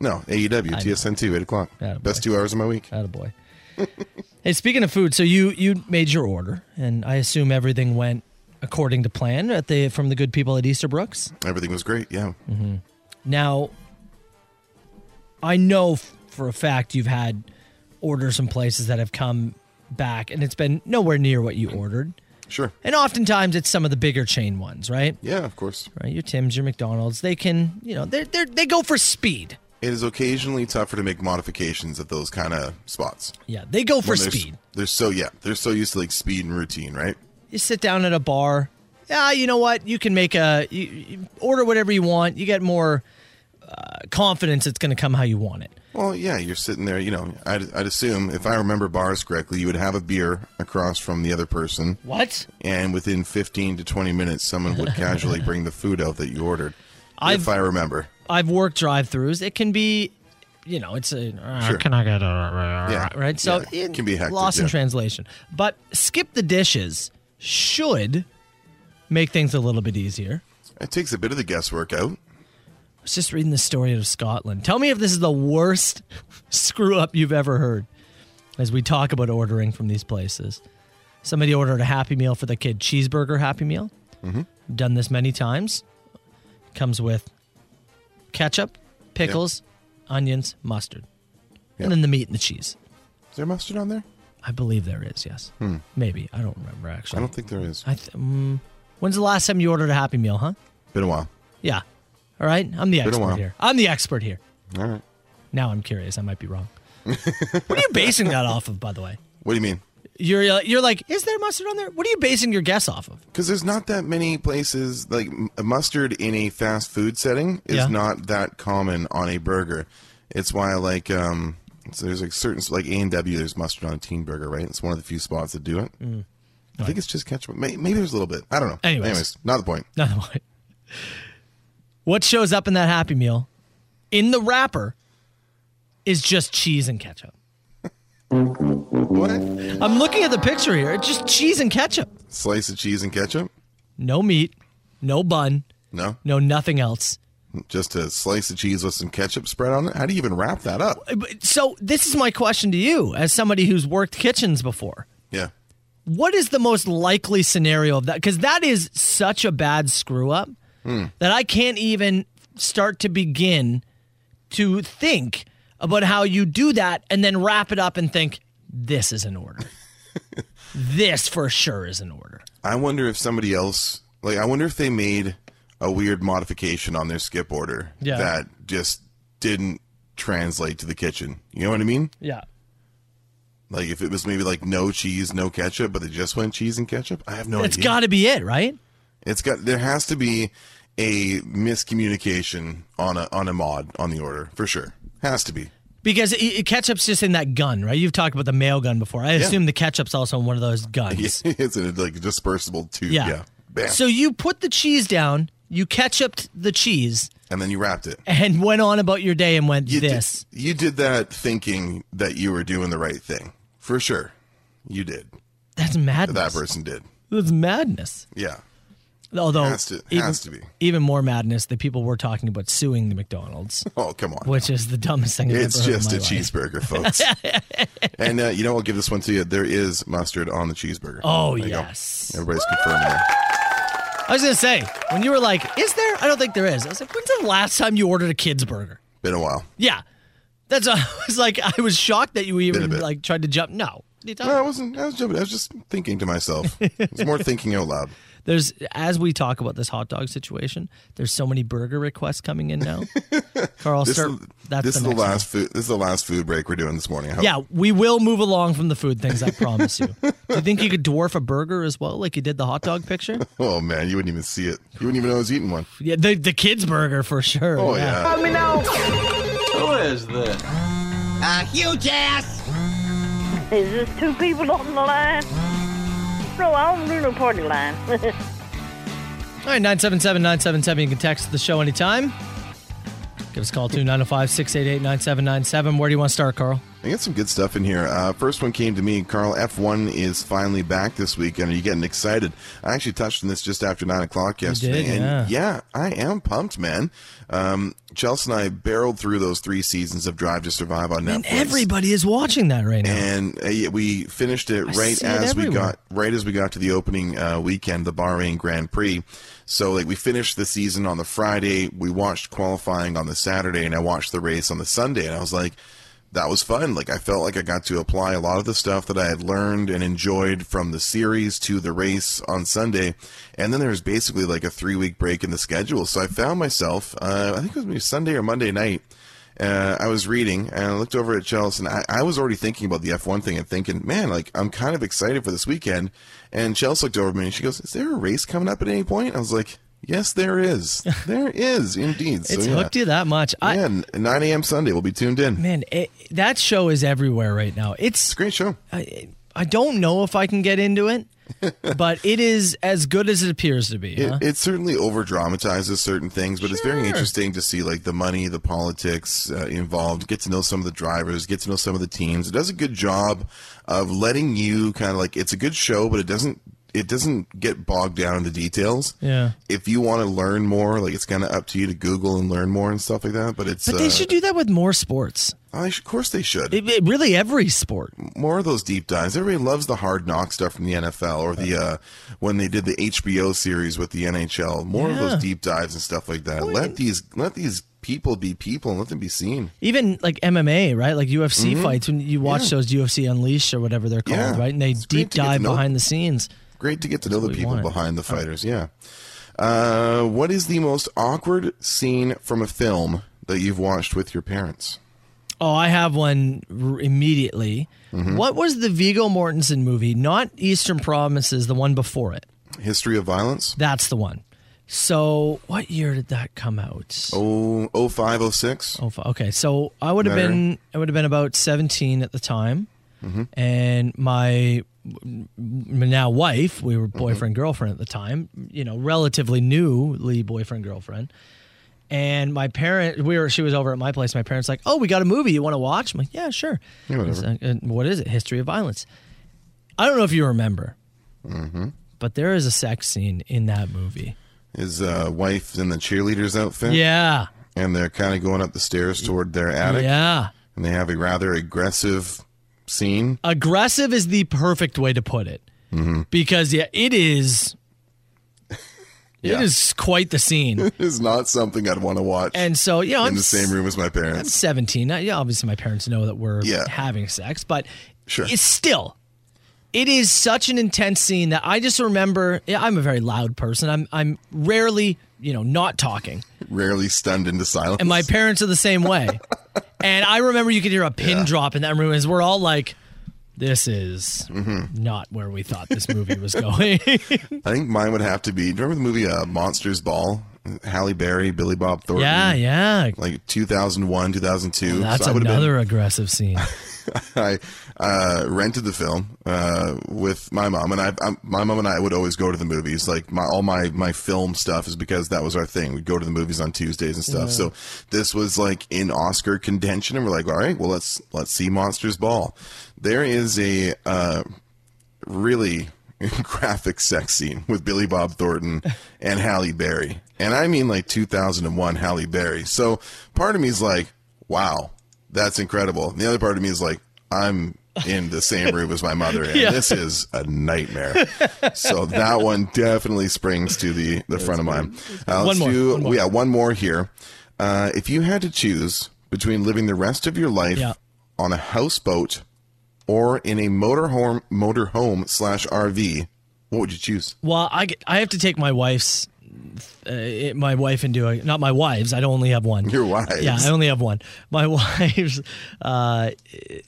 No, E AEW, TSN 2, 8 o'clock. Attaboy. Best two hours of my week. Attaboy. hey, speaking of food, so you you made your order, and I assume everything went according to plan at the from the good people at Easterbrooks. Everything was great, yeah. Now, I know f- for a fact you've had orders from places that have come back, and it's been nowhere near what you ordered. Sure. And oftentimes, it's some of the bigger chain ones, right? Yeah, of course. Right, your Tim's, your McDonald's. They can, you know, they they they go for speed. It is occasionally tougher to make modifications at those kind of spots. Yeah, they go for When they're s- speed. They're so, yeah, they're so used to like speed and routine, right? you sit down at a bar. Yeah, you know what? You can make a you, you order whatever you want. You get more uh, confidence it's going to come how you want it. Well, yeah, you're sitting there, you know, I'd, I'd assume, if I remember bars correctly, you would have a beer across from the other person, What? and within 15 to 20 minutes, someone would *laughs* casually bring the food out that you ordered. I've- if I remember. I've worked drive-throughs. It can be, you know, it's a uh, Sure. can I get a Yeah. right? So Yeah, it can be hectic, lost in yeah. translation. But skip the dishes should make things a little bit easier. It takes a bit of the guesswork out. I was just reading the story out of Scotland. Tell me if this is the worst *laughs* screw up you've ever heard as we talk about ordering from these places. Somebody ordered a Happy Meal for the kid, cheeseburger Happy Meal. Mm-hmm. I've Done this many times. Comes with ketchup, pickles, onions, mustard, Yeah. and then the meat and the cheese. Is there mustard on there? I believe there is, yes. Maybe. I don't remember, actually. Hmm. I don't think there is. I th- mm, when's the last time you ordered a Happy Meal, huh? Been a while. Yeah. All right. I'm the a expert while. here. I'm the expert here. All right. Now I'm curious. I might be wrong. what are you basing that off of, by the way? What do you mean? You're uh, you're like, is there mustard on there? What are you basing your guess off of? Because there's not that many places like m- mustard in a fast food setting is Yeah. not that common on a burger. It's why like um, so there's like certain like A and W. There's mustard on a teen burger, right? It's one of the few spots that do it. I think it's just ketchup. May- Maybe there's a little bit. I don't know. Mm. Anyways. not the point. No, no, wait. What shows up in that Happy Meal, in the wrapper, is just cheese and ketchup. What? I'm looking at the picture here. It's just cheese and ketchup. Slice of cheese and ketchup? No meat, no bun, No. no nothing else. Just a slice of cheese with some ketchup spread on it. How do you even wrap that up? Uh, So this is my question to you, as somebody who's worked kitchens before. Yeah. What is the most likely scenario of that? Because that is such a bad screw up Hmm. that I can't even start to begin to think about how you do that and then wrap it up and think this is an *laughs* order. this for sure is an order. I wonder if somebody else, like, I wonder if they made a weird modification on their skip order Yeah. that just didn't translate to the kitchen. You know what I mean? Yeah. Like, if it was maybe like no cheese, no ketchup, but they just went cheese and ketchup. I have no It's idea. got to be it, right? It's got. There has to be a miscommunication on a on a mod on the order for sure. Has to be. *laughs* Because it, it- ketchup's just in that gun, right? You've talked about the mail gun before. I assume the ketchup's also in one of *laughs* those guns. it's in a, like dispersible tube. Yeah. Yeah. Bam. So you put the cheese down, you ketchuped the cheese, and then you wrapped it. and went on about your day and went You did- this. you did that thinking that you were doing the right thing for sure. You did. That's That madness. person did. That's madness. Yeah. Although Has to- has to be. even more madness that people were talking about suing the McDonald's, Oh come on. which is the dumbest thing I've It's ever heard in just my a life. cheeseburger, folks. *laughs* and uh, you know, I'll give this one to you. There is mustard on the cheeseburger. Oh There you go. yes. Everybody's confirming that. I was gonna say when you were like, "Is there?" I don't think there is. I was like, "When's the last time you ordered a kid's burger?" Been a while. Yeah, that's. *laughs* I was like, I was shocked that you Been a even bit. like tried to jump. No, What are you talking No, I about? wasn't. I was jumping. I was just thinking to myself. It's *laughs* more thinking out loud. there's as we talk about this hot dog situation. There's so many burger requests coming in *laughs* now. Carl, This, start. is, that's this the is the next one. last food. This is the last food break we're doing this morning. I hope. Yeah, we will move along from the food things. I promise you. Do you think you could dwarf a burger as well, like you did the hot dog picture? Oh man, you wouldn't even see it. You wouldn't even know I was eating one. Yeah, the the kids burger for sure. Oh yeah. Is this two people on the line? No, I don't do no party line. *laughs* All right, 977 977. You can text the show anytime. Give us a call, 905 688 9797. Where do you want to start, Carl? I got some good stuff in here. Uh, first one came to me. Carl F1 is finally back this weekend. Are you getting excited? I actually touched on this just after nine o'clock yesterday. did, and yeah, I am pumped, man. Um, Chelsea and I barreled through those three seasons of Drive to Survive on Netflix. And everybody is watching that right now. and uh, yeah, we finished it right see it as we everywhere. got right as we got to the opening uh, weekend, the Bahrain Grand Prix. So like we finished the season on the Friday, we watched qualifying on the Saturday, and I watched the race on the Sunday, and I was like, that was fun. Like I felt like I got to apply a lot of the stuff that I had learned and enjoyed from the series to the race on Sunday, and then there was basically like a three week break in the schedule. So I found myself, uh, I think it was maybe Sunday or Monday night uh, I was reading and I looked over at Chelsea and I, I was already thinking about the F1 thing and thinking, man, like I'm kind of excited for this weekend. And Chelsea looked over at me and she goes, is there a race coming up at any point? I was like, yes, *laughs* there is. There is indeed. So, it's yeah. hooked you that much. I, Yeah, n- 9 a.m. Sunday. We'll be tuned in. man, it, that show is everywhere right now. It's It's a great show. I, I don't know if I can get into *laughs* it, but it is as good as it appears to be. huh? It, it certainly over dramatizes certain things, but it's very interesting to see like the money, the politics uh, involved. Get to know some of the drivers, get to know some of the teams. It does a good job of letting you kind of like it's a good show, but it doesn't it doesn't get bogged down in the details. Yeah. If you want to learn more, like it's kind of up to you to Google and learn more and stuff like that. But it's but uh, they should do that with more sports. I should- of course they should It, it- really, every sport. more of those deep dives. Everybody loves the hard knock stuff from the NFL or the uh, when they did the HBO series with the NHL. More of Yeah. those deep dives and stuff like that. let these let these people be people and let them be seen. Even like MMA, right? Like UFC fights. When you watch those UFC Unleashed or whatever they're called, Mm-hmm. Yeah. right? And they It's great deep to get to dive know behind the scenes. Great to get to know the we Oh. people wanted. behind the fighters. Yeah. Uh, what is the most awkward scene from a film that you've watched with your parents? Oh, I have one r- immediately. Mm-hmm. What was the Vigo Mortensen movie? Not Eastern Promises, the one before it. History of Violence. That's the one. So, what year did that come out? Oh, 0506. Oh, fu- okay. So I would have Better. been I would have been about seventeen at the time, and my m- m- now wife, we were boyfriend girlfriend at the time. You know, relatively newly boyfriend girlfriend. And my parent, we were. She was over at my place. My parents like, oh, we got a movie. You want to watch? I'm like, yeah, sure. It's like, "Uh, what is it? History of violence. Mm-hmm. I don't know if you remember, but there is a sex scene in that movie His uh, wife's in the cheerleader's outfit. Yeah. And they're kind of going up the stairs toward their attic. Yeah. And they have a rather aggressive scene. Aggressive is the perfect way to put it. Mm-hmm. Because yeah, it is Yeah. it is quite the *laughs* scene. It's not something I'd want to watch and so, you know, in I'm the same room as my I'm parents. 17. Now, yeah, obviously, my parents know that we're Yeah. having sex, but Sure. it's still, it is such an intense scene that I just remember. Yeah, I'm a very loud person. I'm I'm rarely, you know, not talking, Rarely stunned into silence. and my parents are the same way. and I remember you could hear a pin Yeah. drop in that room as we're all like. This is Mm-hmm. not where we thought this movie was *laughs* going. I think mine would have to be. do you Remember the movie uh, Monsters Ball? Halle Berry, Billy Bob Thornton. *laughs* yeah, yeah. Like 2001, 2002. That's so I would have another been. aggressive scene. *laughs* I uh, rented the film uh, with my mom, and I, I, my mom and I would always go to the movies. Like my all my my film stuff is because that was our thing. We'd go to the movies on Tuesdays and stuff. So this was like in Oscar contention, and we're like, all right, well let's let's see Monsters Ball. There is a uh, really *laughs* graphic sex scene with Billy Bob Thornton and Halle Berry. And I mean like 2001 Halle Berry. So part of me is like, wow, that's incredible. And the other part of me is like, I'm in the same room as my mother *laughs* and this is a nightmare. so that one definitely springs to the, the front of mine. Uh, One let's more, do- one more. Yeah, one more here. Uh, if you had to choose between living the rest of your life Yeah. on a houseboat or in a motorhome motorhome slash RV, what would you choose? *laughs* Well, I, get- I have to take my wife's uh, it- my wife into a, not my wives. I don't only have one. Your wives. Yeah, I only have one. My *laughs* wife's uh,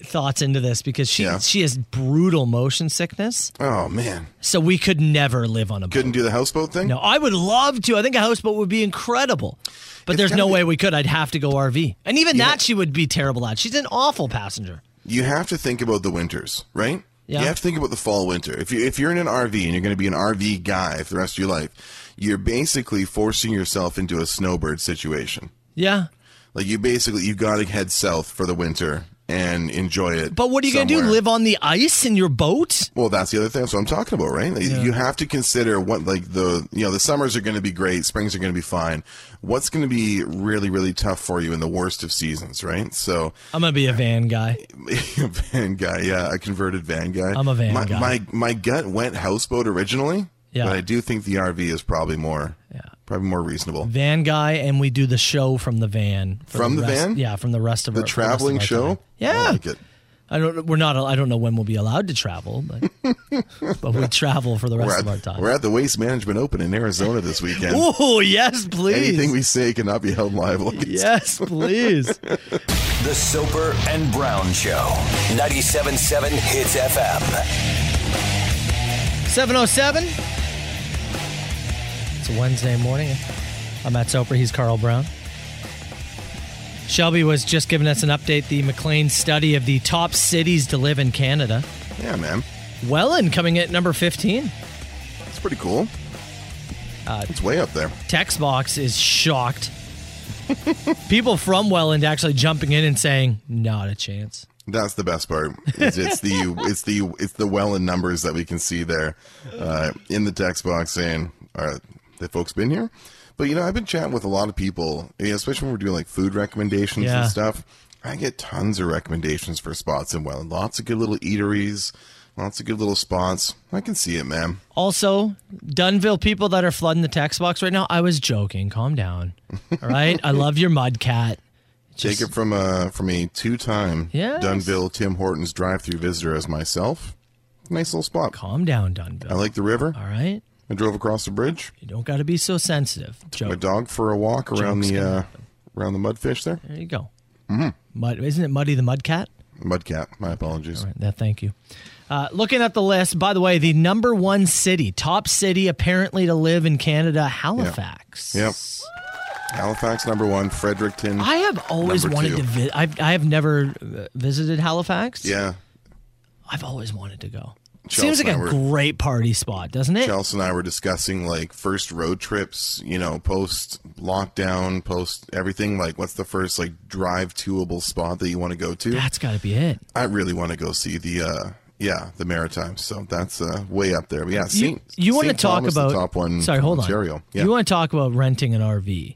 thoughts into this because she Yeah. she has brutal motion sickness, Oh man, so we could never live on a boat. couldn't do the houseboat thing. No, I would love to. I think a houseboat would be incredible, but there's gotta no be- way we could. I'd have to go RV, and even that she would be terrible at. She's an awful passenger. You have to think about the winters, right? Yeah. You have to think about the fall winter. If you if you're in an RV and you're going to be an RV guy for the rest of your life, you're basically forcing yourself into a snowbird situation. Yeah, Like you basically you got to head south for the winter and enjoy it. but what are you gonna do? somewhere. Live on the ice in your boat? Well, that's the other thing. That's what I'm talking about, right? Like, You have to consider what, like the, you know, the summers are going to be great, springs are going to be fine. What's going to be really, really tough for you in the worst of seasons, right? So, *laughs* I'm gonna be a van guy. van guy, yeah, a converted van guy. I'm a van my, guy. My my gut went houseboat originally, Yeah. but I do think the RV is probably more, yeah. probably more reasonable. van guy and we do the show from the van for From the rest- van? yeah from the rest of The our, for rest of traveling our show, time. yeah I like it. i don't we're not i don't know when we'll be allowed to travel *laughs* but but we travel for the rest We're of our at, we're time at the Waste Management Open in Arizona *laughs* this weekend. oh yes please Anything we say cannot be held liable. against yes please The Soper and Brown Show. 97.7 Hits FM. 707 it's a wednesday morning i'm at soper he's carl brown shelby was just giving us an update the mclean study of the top cities to live in canada Yeah, man. welland coming at number 15 It's pretty cool. Uh, it's way up there. text box is shocked. People from Welland actually jumping in and saying, not a chance. That's the best part. It's, *laughs* it's the it's the it's the well in numbers that we can see there uh, in the text box saying, "Are the folks been here?" But you know, I've been chatting with a lot of people, you know, especially when we're doing like food recommendations Yeah. and stuff. I get tons of recommendations for spots in Welland. Lots of good little eateries, lots of good little spots. I can see it, man. Also, Dunville people that are flooding the text box right now, I was joking. Calm down. All right. I love your mud cat. Take it from a from a two time Yes. Dunville Tim Hortons drive through visitor as myself. Nice little spot. Calm down, Dunville. I like the river. All right. I drove across the bridge. You don't got to be so sensitive. My Joke. dog for a walk around Jokes the can uh, around the mudfish there. There you go. Mm-hmm. Mud, isn't it Muddy the Mud Cat? Mudcat. My apologies. All right, that, thank you. Uh, looking at the list, by the way, the number one city, top city apparently to live in Canada, Halifax. Yep. Halifax number one. Fredericton. I have always Number wanted two. to visit. I've I have never uh, visited Halifax. yeah. I've always wanted to go. Charles Seems like and I a were- great party spot, doesn't it? Chelsea and I were discussing like first road trips. You know, post lockdown, post everything. Like, what's the first like drive toable spot that you want to go to? That's got to be it. I really want to go see the uh, Yeah, the Maritimes. So that's uh, way up there. But yeah, You- Saint, you want to Saint talk Thomas, about the top one? Sorry, from hold Ontario. on. Yeah, Mm-hmm. You want to talk about renting an RV?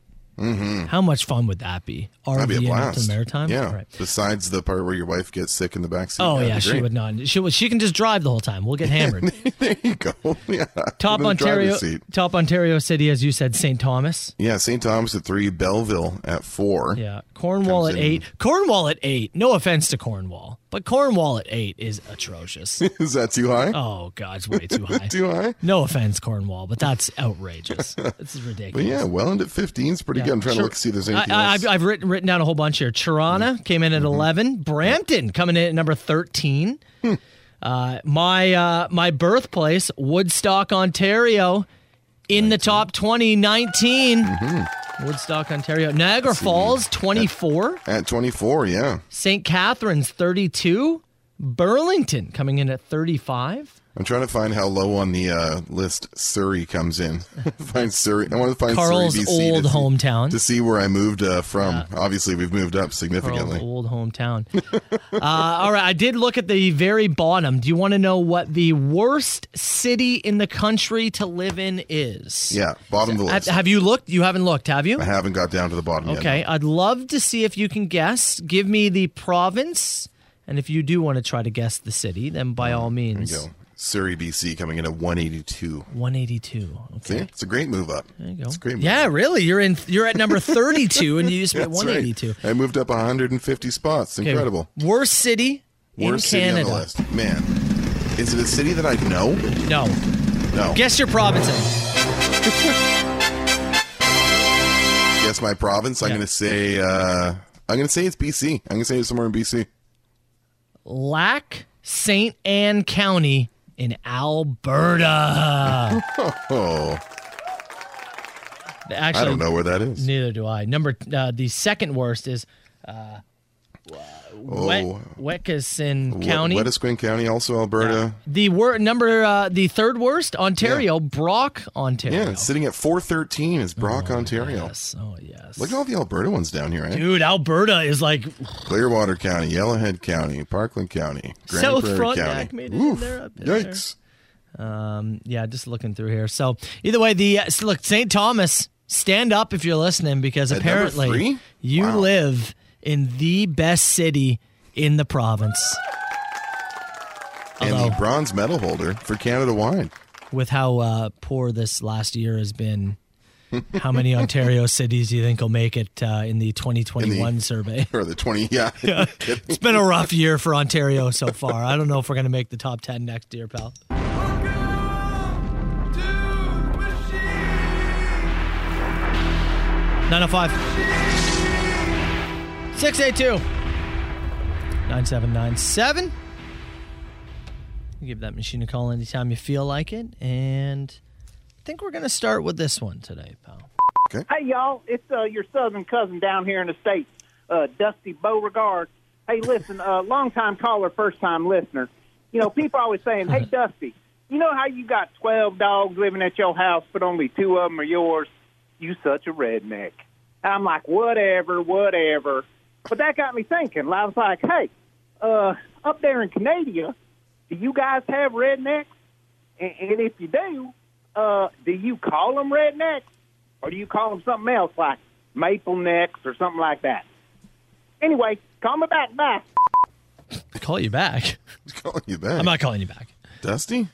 How much fun would that be? RV that'd be and a up to blast. the Maritimes. Yeah. Right. Besides the part where your wife gets sick in the backseat. Oh that'd yeah, be she great. would not. She would. She can just drive the whole time. *laughs* We'll get hammered. there you go. *laughs* Yeah. top With a Ontario. driver's seat. Top Ontario city, as you said, St. Thomas. Yeah, St. Thomas at three, Belleville at four. Yeah, Cornwall Comes at in- eight. Cornwall at eight. No offense to Cornwall, but Cornwall at eight is atrocious. *laughs* *laughs* Is that too high? oh God, it's way too high. *laughs* Too high? No offense, Cornwall, but that's outrageous. this is But ridiculous. yeah, Welland at 15 is pretty good. I'm trying to Sure. look to see if there's anything I, I, else. Mm-hmm. I've, I've written written down a whole bunch here. Toronto came in at eleven. Brampton coming in at number thirteen. Hmm. Uh, my uh, my birthplace, Woodstock, Ontario, in the top 20, 19. Mm-hmm. Woodstock, Ontario. Niagara Falls, twenty four. at 24, yeah. St. Catharines, thirty two. Burlington coming in at thirty five. I'm trying to find how low on the uh, list Surrey comes *laughs* in. *laughs* find Surrey. I want to find Carl's Surrey, BC to old see- hometown. to see where I moved uh, from. Obviously, we've moved up significantly. Pearl's old hometown. *laughs* uh, all right, I did look at the very bottom. Do you want to know what the worst city in the country to live in is? Yeah, bottom of the Have, list. have you looked? You haven't looked, have you? I haven't got down to the bottom yet. Okay, I'd love to see if you can guess. Give me the province, and if you do want to try to guess the city, then by all means. There you go. Surrey, BC, coming in at 182. 182. Okay. See, it's a great move up. There you go. It's a great move. Yeah, really. You're in. You're at *laughs* number 32, and you used to be at That's right. 182. I moved up 150 spots. Okay, Incredible. Worst city Worst in city on Canada. the list. Man, is it a city that I know? No. No. Guess your provinces. Guess my province. I'm Yeah. gonna say. Uh, I'm gonna say it's BC. I'm gonna say it's somewhere in BC. Lac St. Anne County in Alberta. Oh, Actually, I don't know where that is. Neither do I. Number uh, the second worst is uh, Oh, oh. Wetcusson Wet- County. Wetisquin County, also Alberta. the wor- number uh, the third worst Ontario, Brock, Ontario. Yeah, it's sitting at 413 is Brock, Ontario. Yes. Oh yes. Look at all the Alberta ones down here, eh? Dude, Alberta is like Clearwater County, Yellowhead County, Parkland County, Grand South Prairie Frontenac County. made it in there, up in there. Yikes! yeah, just looking through here. So either way, the uh, so look St. Thomas, stand up if you're listening because At number apparently three? you Wow. live in the best city in the province. And Although the bronze medal holder for Canada Wine. with how uh, poor this last year has *laughs* been. How many Ontario cities do you think will make it uh, in the 2021 survey? Or the 20, *laughs* yeah. *laughs* It's been a rough year for Ontario so far. I don't know if we're going to make the top 10 next year, pal. Nine oh five. Six eight two. Nine seven nine seven. Give that machine a call anytime you feel like it, and I think we're gonna start with this one today, pal. Hey, y'all, it's uh, your southern cousin down here in the States, uh, Dusty Beauregard. Hey, listen, uh, long-time caller, first-time listener. You know, people always saying, hey, Dusty, you know how you got 12 dogs living at your house, but only two of them are yours? You such a redneck. I'm like, whatever, whatever. But that got me thinking. I was like, hey, uh, up there in Canada, do you guys have rednecks? And, and if you do, uh, do you call them rednecks? or do you call them something else like maple necks or something like that? Anyway, call me back. Bye. Call you back. calling you back. I'm not calling you back. Dusty?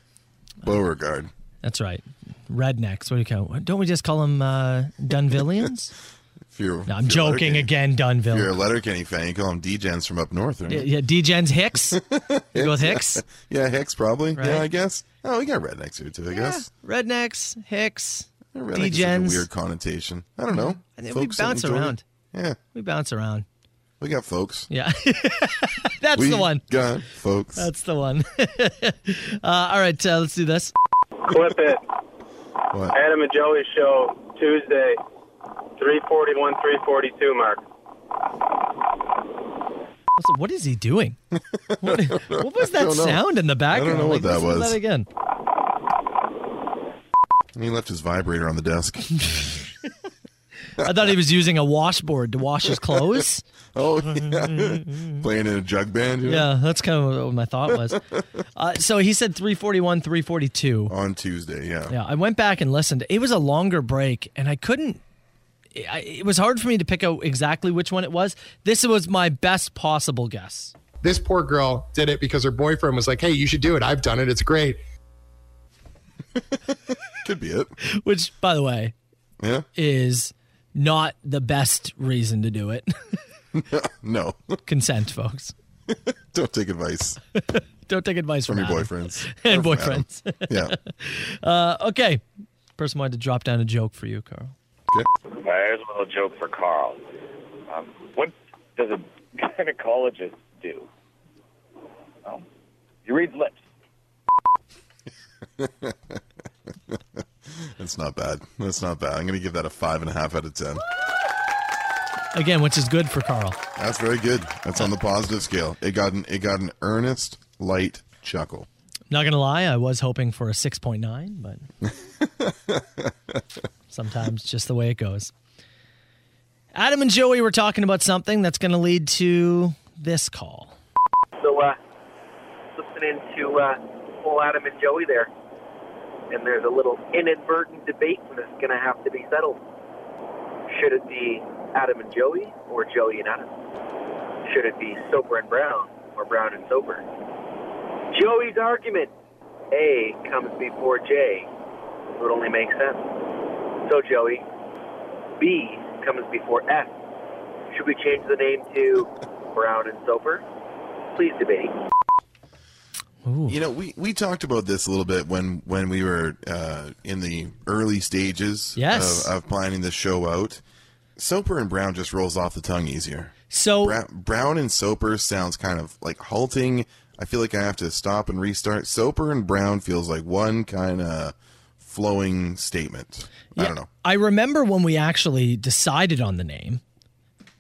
Beauregard. That's right. Rednecks. What do you call? Don't we just call them uh, *laughs* Dunvillians? If you're, No, I'm joking again, If you're a Dunville. Letterkenny fan, you call them D-Gens from up north, right? Yeah, yeah, D-Gens Hicks. You go with *laughs* Hicks. Yeah, Hicks probably. Right. Yeah, I guess. Oh, we got rednecks here too. I guess. Yeah, rednecks, Hicks, Redneck is such a D-Gens. Weird connotation. I don't know. I think we Folks that bounce enjoy it. around. Yeah, We bounce around. we got folks. Yeah. *laughs* That's we the *laughs* one. Got folks. That's the one. *laughs* uh, all right, uh, let's do this. Clip it. what? Adam and Joey show Tuesday, 341, 342, Mark. Also, what is he doing? What, what *laughs* was that don't know. sound in the background? know Like, what that listen to was. That again. He left his vibrator on the desk. *laughs* I thought he was using a washboard to wash his clothes. Oh, yeah. Playing in a jug band. you know? Yeah, that's kind of what my thought *laughs* was. uh, so he said 341, 342. On Tuesday, yeah. Yeah, I went back and listened. It was a longer break, and I couldn't. I, it was hard for me to pick out exactly which one it was. This was my best possible guess. This poor girl did it because her boyfriend was like, hey, you should do it. I've done it. It's great. Could be it. Which, by the way, Yeah. is not the best reason to do it. *laughs* No. *laughs* Consent, folks. Don't take advice Don't take advice from, from *laughs* your Adam. boyfriends. *laughs* and Or from Adam. boyfriends. *laughs* *laughs* Yeah. okay, person wanted to drop down a joke for you, Carl. Okay. Here's a little joke for Carl. Um, what does a gynecologist do? Well, you read lips. *laughs* That's not bad. That's not bad. I'm going to give that a five and a half out of 10. Again, which is good for Carl. That's very good. That's on the positive scale. It got an, it got an earnest, light chuckle. Not gonna lie, I was hoping for a six point nine, but *laughs* sometimes just the way it goes. Adam and Joey were talking about something that's gonna lead to this call. So, uh, listening to uh, old Adam and Joey there, and there's a little inadvertent debate that's going to have to be settled. Should it be Adam and Joey or Joey and Adam? Should it be Sober and Brown or Brown and Sober? Joey's argument A comes before J, so it only makes sense. So, Joey, B comes before F. Should we change the name to Brown and Sober? Please debate. You know, we, we talked about this a little bit when when we were uh, in the early stages Yes. of, of planning the show out. Soper and Brown just rolls off the tongue easier. So Brown, Brown and Soper sounds kind of like halting. I feel like I have to stop and restart. Soper and Brown feels like one kind of flowing statement. I don't know. I remember when we actually decided on the name.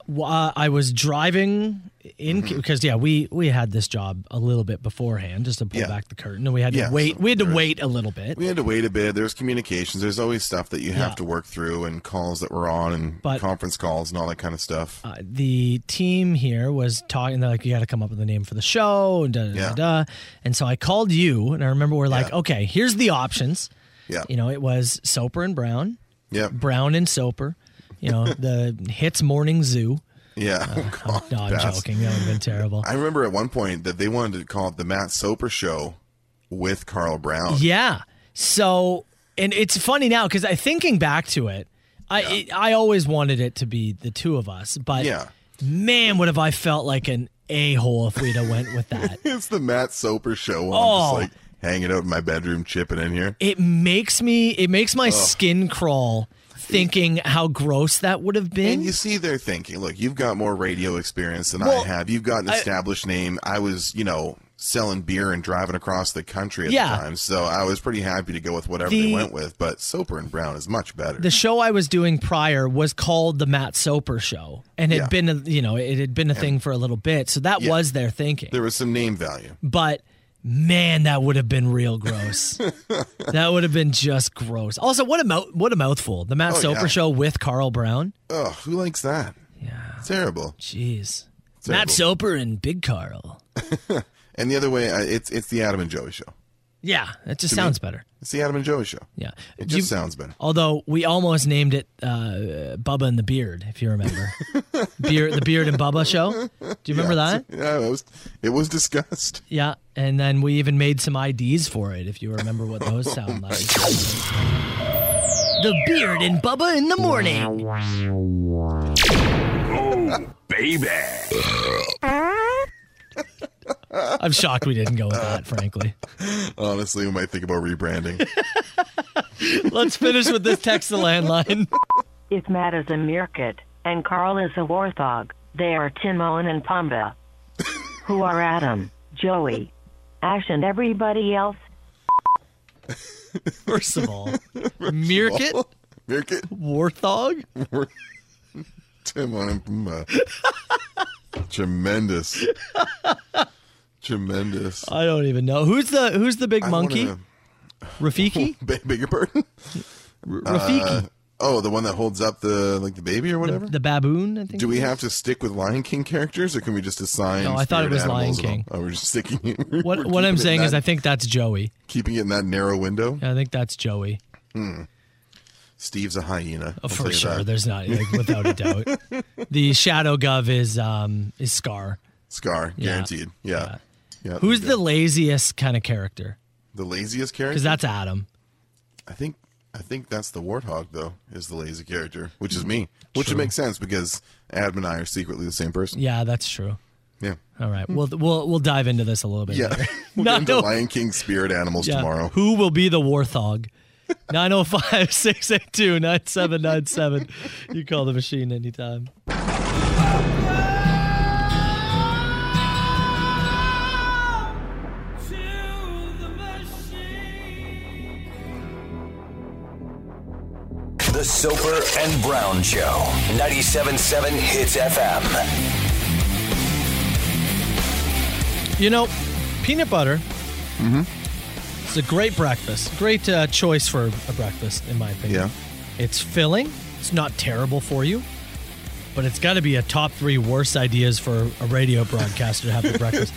w- Uh, I was driving in Mm-hmm. because yeah, we we had this job a little bit beforehand, just to pull Yeah. back the curtain, and we had to Yeah, wait. so we had to there is- wait a little bit. We had to wait a bit. There's communications. There's always stuff that you have Yeah. to work through and calls that we're on and But- conference calls and all that kind of stuff. uh, the team here was talking they're like you got to come up with a name for the show and da, da, Yeah. da, da. and so I called you and I remember we're like Yeah. okay here's the options yeah. you know it was Soper and Brown yeah. Brown and Soper you *laughs* know the hits morning zoo Yeah. *laughs* oh, God, no I'm pass. joking that would have been terrible I remember at one point that they wanted to call it the Matt Soper Show with Carl Brown. yeah so and it's funny now because I thinking back to it I it, I always wanted it to be the two of us but Yeah. *laughs* man what have I felt like an a hole if we'd have went with that It's the Matt Soper Show. Where Oh. I'm just like hanging out in my bedroom, chipping in here. it makes me it makes my skin crawl thinking how gross that would have been And you see, they're thinking, look, you've got more radio experience than Well, I have. You've got an I- established name. I was, you know, selling beer and driving across the country at Yeah. the time. So I was pretty happy to go with whatever The- they went with. But Soper and Brown is much better. the show i was doing prior was called the matt soper show and it had Yeah. been a you know it had been a thing for a little bit so that Yeah. was their thinking there was some name value. but man that would have been real gross *laughs* that would have been just gross also what a mouth what a mouthful the matt Oh, soper yeah. show with carl brown Oh, who likes that? Yeah. Terrible. jeez matt Terrible. soper and big carl And the other way, I- it's it's the Adam and Joey show. yeah that just sounds better It's the Adam and Joey show. yeah It Do just you- sounds better. Although we almost named it uh, Bubba and the Beard, if you *laughs* remember, Beard, the Beard and Bubba show. Do you remember that? *laughs* Yeah, it was it was discussed. *laughs* Yeah, and then we even made some IDs for it, if you remember what those sound like. The Beard and Bubba in the morning. Baby. *laughs* I'm shocked we didn't go with that, frankly. Honestly, we might think *laughs* about rebranding. Let's finish with this text the landline. *laughs* If Matt is a meerkat and Carl is a warthog, they are Timon and *laughs* Pumbaa, who are Adam, Joey, Ash, and everybody else. First of all, meerkat, Make it warthog. Tim on and Pumbaa. *laughs* Tremendous. Tremendous. I don't even know who's the *laughs* who's the big I Uh, monkey. wanna- *laughs* Rafiki, Beg beg your pardon? R- Rafiki. Oh, the one that holds up the like the baby or whatever. The baboon, I think. Do it we is. have to stick with Lion King characters, or can we just assign? No, I thought it spirit was Lion animals and all- King. Oh, we're just sticking. *laughs* What what I'm saying is, I think that's Joey. keeping it in that narrow window. I think that's Joey Steve's a hyena. Oh, I'll tell for you sure. that. There's not *laughs* like, without a doubt. The shadow gov is um is Scar. Scar, Yeah. guaranteed. Yeah. yeah. there Who's you the go. laziest kind of character? the laziest character? Because that's Adam. I think I think that's the warthog though is the lazy character, which Mm. is me, which would make sense because Adam and I are secretly the same person. Yeah, that's true. *laughs* Yeah. All right, we'll we'll we'll dive into this a little bit. Hmm. *laughs* Yeah. *laughs* later. we'll No, get into no. Lion King spirit animals Yeah. tomorrow. Who will be the *laughs* warthog? 905 682 9797. You call the machine anytime. The Soper and Brown Show. 97.7 Hits FM. You know, peanut butter. Mm-hmm. It's a great breakfast. Great uh, choice for a breakfast, in my opinion. Yeah. It's filling. It's not terrible for you, but it's got to be a top three worst ideas for a radio broadcaster to have for *laughs* breakfast.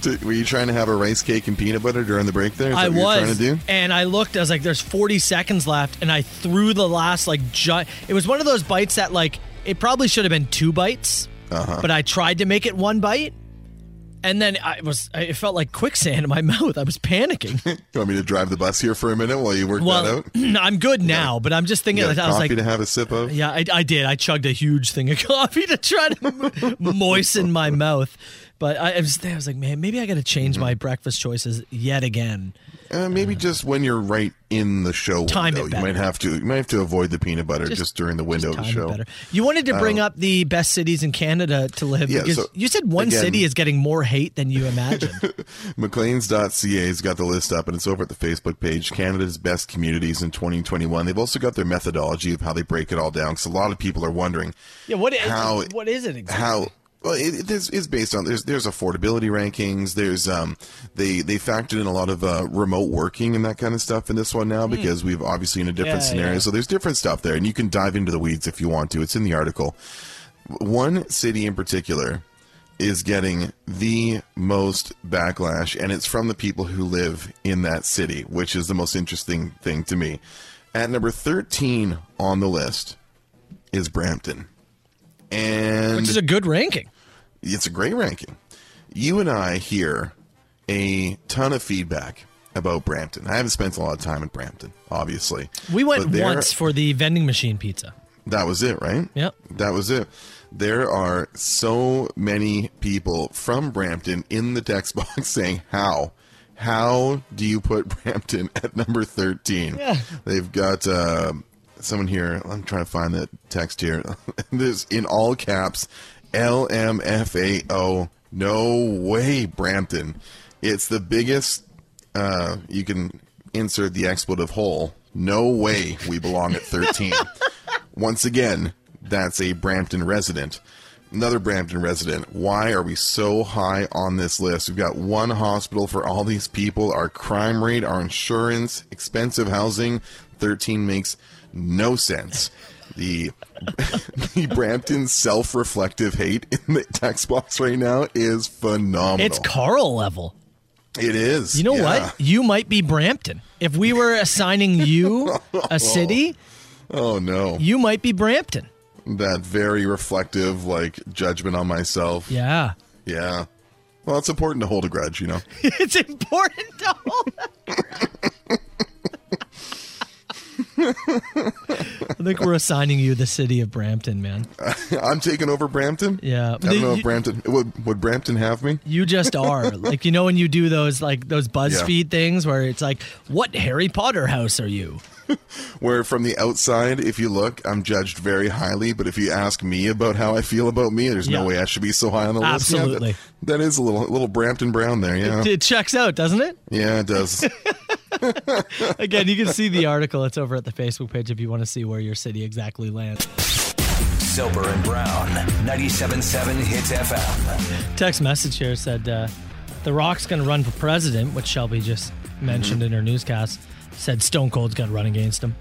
Did- *laughs* Were you trying to have a rice cake and peanut butter during the break there? Is that I what was, You're trying to do? and I looked. I was like, "There's 40 seconds left," and I threw the last like giant. It was one of those bites that like it probably should have been two bites, Uh-huh. but I tried to make it one bite, and then I was. I- It felt like quicksand in my *laughs* mouth. I was panicking. You want me to drive the bus here for a minute while you work that *laughs* well, out? *clears throat* I'm good now, but I'm just thinking. You got like, I was coffee like, to have a sip of. yeah, I, I did. I chugged a huge thing of *laughs* coffee to try to moisten my mouth. But I, I was, I was like, man, maybe I got to Mm-hmm. change my breakfast choices yet again. Uh, maybe just when you're right in the show Time it window. you better. might have to you might have to avoid the peanut butter just, Just- during the window of the Time show. Um, better. You wanted to bring up the best cities in Canada to live Yeah, because so, you said one again- city is getting more hate than you *laughs* imagined. McLean's.ca's got the list up, and it's over at the Facebook page. Canada's best communities in 2021. They've also got their methodology of how they break it all down, because a lot of people are wondering yeah, what is How- what is it exactly? how. Well, it, it is, it's based on there's there's affordability rankings. There's um they they factored in a lot of uh, remote working and that kind of stuff in this one now because we've obviously in a different Hmm. Yeah, scenario. yeah. So there's different stuff there, and you can dive into the weeds if you want to. It's in the article. One city in particular is getting the most backlash, and it's from the people who live in that city, which is the most interesting thing to me. At number 13 on the list is Brampton. And Which is a good ranking. it's a great ranking. You and I hear a ton of feedback about Brampton. I haven't spent a lot of time in Brampton, obviously. We But went there- once for the vending machine pizza. that was it, right? Yep. That was it. There are so many people from Brampton in the text *laughs* box saying, How? How do you put *laughs* Brampton at number 13? Yeah. They've got uh, someone here. I'm trying to find that text here. *laughs* There's in all caps LMFAO. No way, Brampton. It's the biggest. Uh, you can insert the expletive hole. No way we belong *laughs* at 13. Once again, that's a Brampton resident. Another Brampton resident. Why are we so high on this list? We've got one hospital for all these people, our crime rate, our insurance, expensive housing. 13 makes no sense. The, *laughs* the Brampton self reflective hate in the text box right now is phenomenal. It's Carl level. it is. You know yeah. what? You might be Brampton. If we were assigning you *laughs* a city, Oh, no. you might be Brampton. That very reflective, like, judgment on myself. Yeah. *laughs* Yeah. Well, it's important to hold a grudge, you know. It's important to hold I think we're assigning you the city of Brampton, man. I'm taking over Brampton. Yeah. I don't know You- if Brampton would would Brampton have me. You just are. like you know when you do those like those BuzzFeed things where it's like, what Harry Potter house are you? Where from the outside, if you look, I'm judged very highly. But if you ask me about how I feel about me, there's Yeah. no way I should be so high on the list. Yeah, Absolutely. that- that is a little little Brampton Brown there. Yeah, It checks out, doesn't it? yeah, *laughs* it does. Again, you can see the article. It's over at the Facebook page if you want to see where your city exactly lands. Soper and Brown. 97.7 Hits FM. Text message here said, uh, "The Rock's going to run for Mm-hmm. *laughs* president," which Shelby just mentioned in her newscast. Said Stone Cold's going to run against him.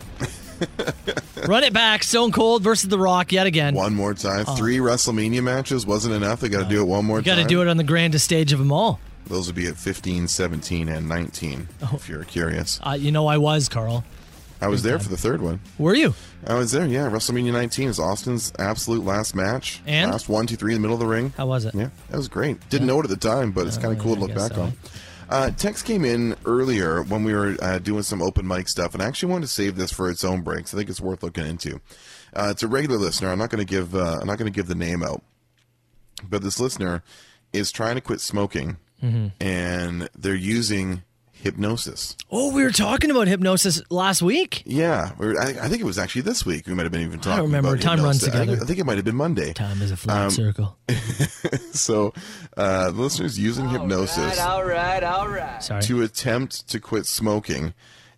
Run it back. Stone Cold versus The Rock yet again. One more time. Three WrestleMania matches wasn't enough. They got to do it one more You got to time. do it on the grandest stage of them all. Those would be at 15, 17, and 19, Oh. if you're curious. Uh, you know I was Carl. I was there for the third one. Were you? I was there, yeah. WrestleMania 19 is Austin's absolute last match. And? Last one, two, three in the middle of the ring. How was it? Yeah, that was great. Didn't know it at the time, but it's kind of cool to I look guess back so. on. Uh, text came in earlier when we were uh, doing some open mic stuff, and I actually wanted to save this for its own breaks. I think it's worth looking into. Uh, it's a regular listener. I'm not going to give. Uh, I'm not going to give the name out, but this listener is trying to quit smoking, Mm-hmm. and they're using hypnosis. Oh, we were talking about hypnosis last week. Yeah, we were, I, I think it was actually this week. We might have been even talking. remember. About Time runs hypnosis. I think- together. I think it might have been Monday. Time is a flat Um, circle. So, uh, the listeners using hypnosis. Sorry. to attempt to quit smoking.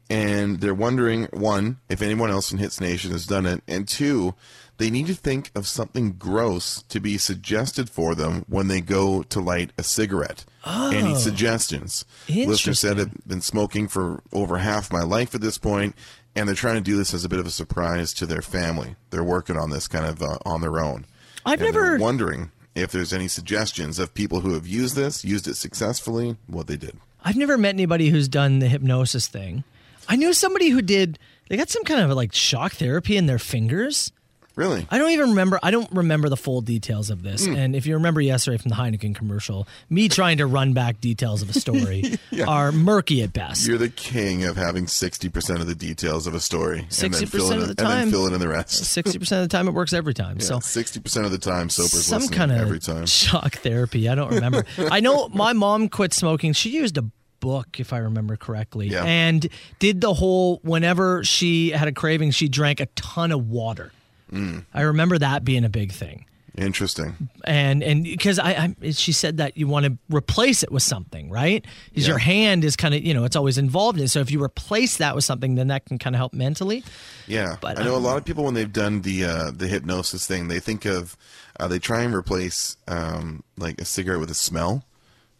And they're wondering one, if anyone else in Hits Nation has done it, and two, they need to think of something gross to be suggested for them when they go to light a cigarette. Any Oh. suggestions? Listener said, I've been smoking for over half my life at this point, and they're trying to do this as a bit of a surprise to their family. They're working on this kind of uh, on their own. I've And they're never- wondering if there's any suggestions of people who have used this, used it successfully, what they did. I've never met anybody who's done the hypnosis thing. I knew somebody who did. They got some kind of like shock therapy in their fingers. Really? I don't even remember. I don't remember the full details of Hmm. this. And if you remember yesterday from the Heineken commercial, me trying to run back details of a *laughs* story are murky at best. You're the king of having 60% of the details of a story. and then 60% fill it of in- the And time. then fill it in the rest. Sixty percent of the time, it works every time. So So 60% of the time, Soper's some listening kind of every time. shock therapy. I don't *laughs* remember. I know my mom quit smoking. She used a book, if I remember correctly, Yeah. and did the whole whenever she had a craving, she drank a ton of water. Hmm. I remember that being a big thing. Interesting. And and because I, I she said that you want to replace it with something, right? Is Yeah. your hand is kind of you know it's always involved in. it. So if you replace that with something, then that can kind of help mentally. Yeah. But, I know a um, lot of people, when they've done the uh, the hypnosis thing, they think of, uh, they try and replace um, like a cigarette with a smell.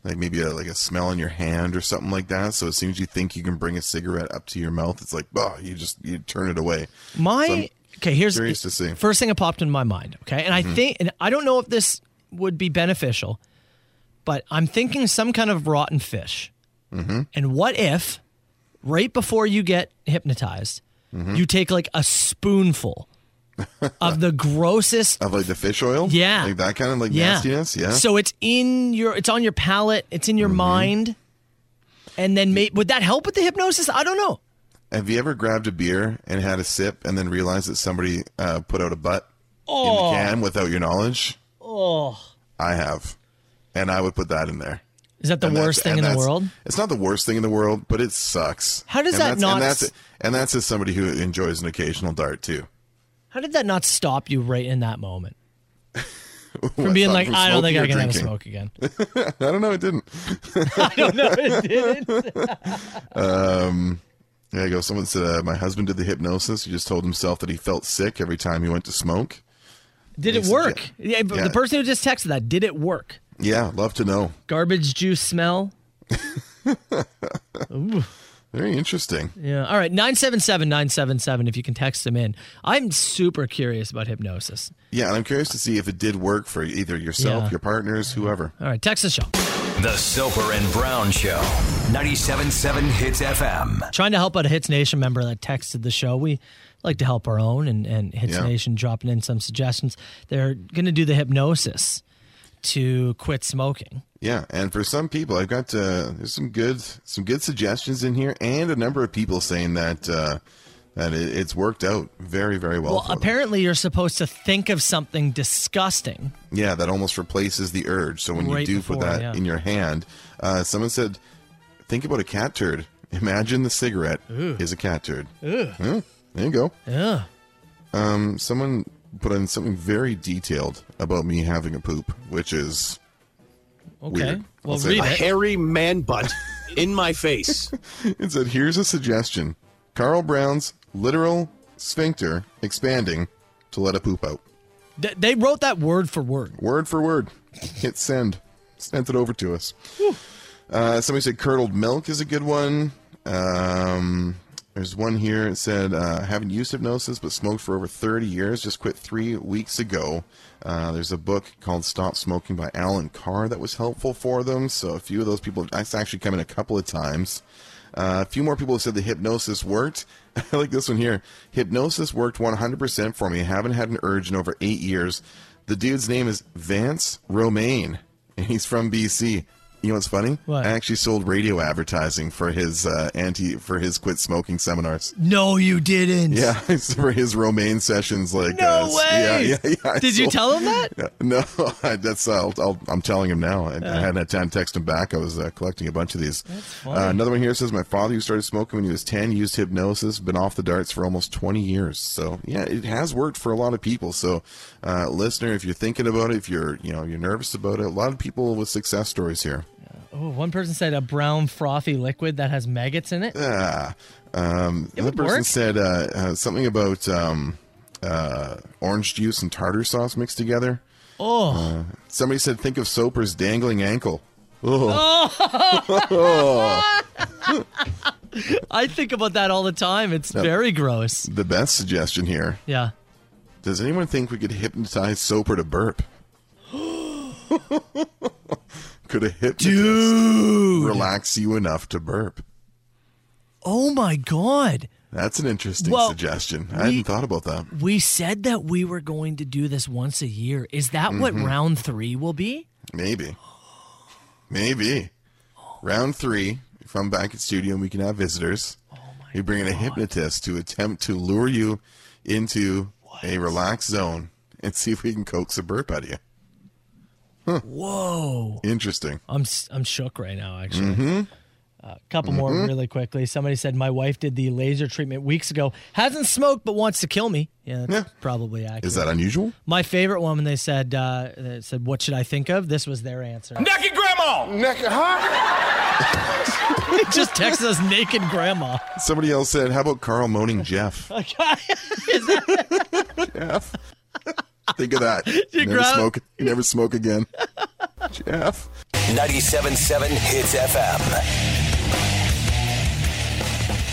Like maybe a, like a smell in your hand or something like that. So as soon as you think you can bring a cigarette up to your mouth, it's like, oh, you just you turn it away. So I'm My okay, here's curious to see. Mm-hmm. first thing that popped in my mind. Okay, and I think, and I don't know if this would be beneficial, but I'm thinking some kind of rotten fish. Mm-hmm. And what if, right before you get hypnotized, Mm-hmm. you take like a *laughs* spoonful of the grossest Of like the fish oil, Yeah. like that kind of like yeah. nastiness, yeah. Mm-hmm. So it's in your, it's on your palate, it's in your mind, and then may, would that help with the hypnosis? I don't know. Have you ever grabbed a beer and had a sip and then realized that somebody uh, put out a butt in the Oh. can without your knowledge? Oh, I have, and I would put that in there. Is that the And that's- worst thing and in the that's- world? It's not the worst thing in the world, but it sucks. How does And that that's, not And that's, s- and that's as somebody who enjoys an occasional dart too. How did that not stop you right in that moment? *laughs* What, From being stop like, from I don't smoking think I or can have a drinking?" *laughs* smoke again. I don't know. It *laughs* didn't. *laughs* Um, There you go. Someone said uh, my husband did the hypnosis. He just told himself that he felt sick every time he went to smoke. Did it Yes, work? yeah. Yeah, but Yeah. The person who just texted that, did it work? Yeah, love to know. Garbage juice smell? Very interesting. Yeah. All right. 977 977 if you can text them in. I'm super curious about hypnosis. Yeah, and I'm curious to see if it did work for either yourself, Yeah. your partners, whoever. All right. Text the show. The Soper and Brown Show. 97.7 Hits FM. Trying to help out a Hits Nation member that texted the show. We like to help our own and, and Hits Yeah. Nation dropping in some suggestions. They're going to do the hypnosis to quit smoking. Yeah, and for some people, I've got uh, there's some good some good suggestions in here, and a number of people saying that uh, that it, it's worked out very very well. Well, for them. apparently, you're supposed to think of something disgusting yeah, that almost replaces the urge. So when Right you do before, put that yeah. in your hand, uh, someone said, think about a cat turd. Imagine the cigarette is a cat turd. Yeah, there you go. Yeah. Um, someone put in something very detailed about me having a poop, which is Okay. Weird. Well, I'll say read that. it. Hairy man butt in my face. It said, here's a suggestion Carl Brown's literal sphincter expanding to let a poop out. Th- They wrote that word for word. Word for word. Hit send. Sent it over to us. Uh, somebody said curdled milk is a good one. Um, There's one here. It said, uh, haven't used hypnosis, but smoked for over 30 years. Just quit three weeks ago. Uh, there's a book called Stop Smoking by Alan Carr that was helpful for them. So a few of those people, that's actually come in a couple of times. Uh, a few more people have said the hypnosis worked. *laughs* I like this one here. Hypnosis worked 100% for me. Haven't had an urge in over eight years. The dude's name is Vance Romaine, and he's from BC. You know what's funny? What? I actually sold radio advertising for his uh, anti for his quit smoking seminars. No, you didn't. *laughs* Yeah, it's for his romaine sessions. Like, No uh, way! Yeah, yeah, yeah. I Did you sold- tell him *laughs* that? Yeah, No, I, that's uh, I'll, I'll, I'm telling him now. I, I hadn't had time to text him back. I was uh, collecting a bunch of these. Uh, another one here says my father, who started smoking when he was 10, used hypnosis. Been off the darts for almost 20 years. So yeah, it has worked for a lot of people. So, uh, listener, if you're thinking about it, if you're you know you're nervous about it, a lot of people with success stories here. Oh, one person said a brown frothy liquid that has maggots in it. Ah, um, the would person work. said uh, uh, something about um, uh, orange juice and tartar sauce mixed together. Uh, Oh, Somebody said, think of Soper's dangling ankle. Oh, I think about that all the time. It's very gross. the best suggestion here. Yeah. Does anyone think we could hypnotize Soper *laughs* to burp? could a hypnotist Dude. relax you enough to burp? Oh my god. That's an interesting Well, suggestion. I we- hadn't thought about that. We said that we were going to do this once a year. Is that what Mm-hmm. round 3 will be? Maybe. Maybe. Round three, if I'm back at studio and we can have visitors, Oh you bring in a hypnotist to attempt to lure you into a relaxed zone and see if we can coax a burp out of you. Whoa. Interesting. I'm s- I'm shook right now actually. Mm-hmm. Uh, couple more really quickly. Somebody said my wife did the laser treatment weeks ago. Hasn't smoked but wants to kill me. Yeah, that's Yeah. probably accurate. Is that unusual? My favorite one when they said uh, they said what should I think of? This was their answer. Naked grandma! *laughs* Just text us naked grandma. *laughs* Somebody else said, How about Carl moaning Jeff? Jeff. Think of *laughs* that. You never, grab- smoke, you never smoke again. *laughs* Jeff. 97.7 Hits FM.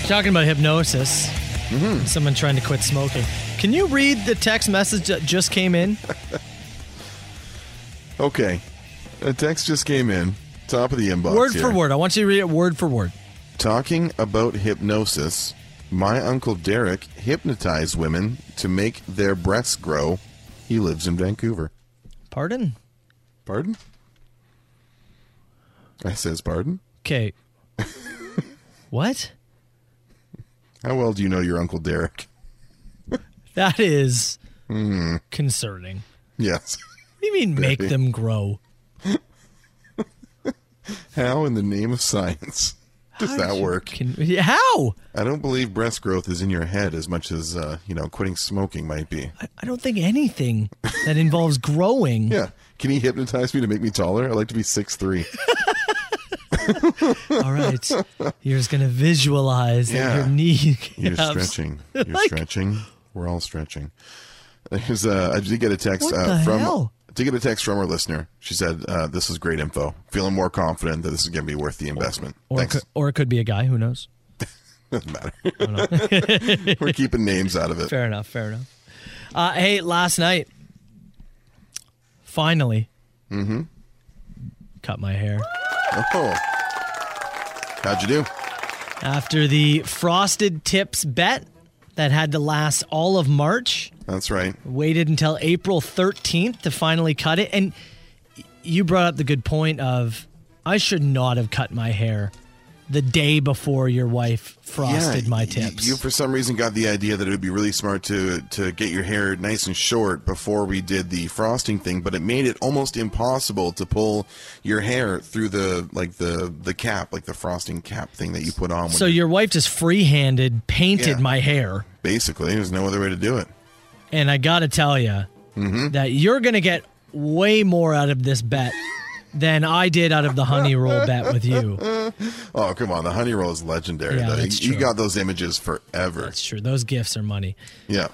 Talking about hypnosis. Mm-hmm. Someone trying to quit smoking. Can you read the text message that just came *laughs* in? Okay. A text just came in, top of the inbox. word for here. word. I want you to read it word for word. Talking about hypnosis, my uncle Derek hypnotized women to make their breasts grow. He lives in Vancouver. Pardon? Pardon? I says pardon. *laughs* Okay. what? How well do you know your uncle Derek? *laughs* That is Hmm. concerning. Yes. What do you mean make them grow? How in the name of science does that work? Can, how? I don't believe breast growth is in your head as much as uh, you know quitting smoking might *laughs* be. I, I don't think anything that involves growing. *laughs* Yeah. Can he hypnotize me to make me taller? I like to be *laughs* six three. All right. You're just going to visualize Yeah. that your knee. You're Yeah. *laughs* stretching. You're Like- stretching. We're all stretching. There's uh, I did get a text What uh, the from hell? did get a text from our listener. She said, uh, "This is great info. Feeling more confident that this is going to be worth the investment." Or it, Thanks. could, or it could be a guy. Who knows? *laughs* Doesn't matter. *laughs* We're keeping names out of *laughs* it. Fair enough. Fair enough. Uh, hey, last night, finally, Mm-hmm. cut my hair Oh, how'd you do? after the frosted tips bet that had to last all of March. That's right. Waited until April 13th to finally cut it, and y- you brought up the good point of I should not have cut my hair the day before your wife frosted Yeah, my y- tips. You, for some reason, got the idea that it would be really smart to to get your hair nice and short before we did the frosting thing, but it made it almost impossible to pull your hair through the like the the cap, like the frosting cap thing that you put on. When so you your wife just free-handed painted Yeah. my hair. basically, there's no other way to do it. And I got to tell you Mm-hmm. that you're going to get way more out of this bet than I did out of the honey roll bet with you. Oh come on, the honey roll is legendary. Yeah, though. that's you, you true. got those images forever. It's true. Those gifts are money. yeah,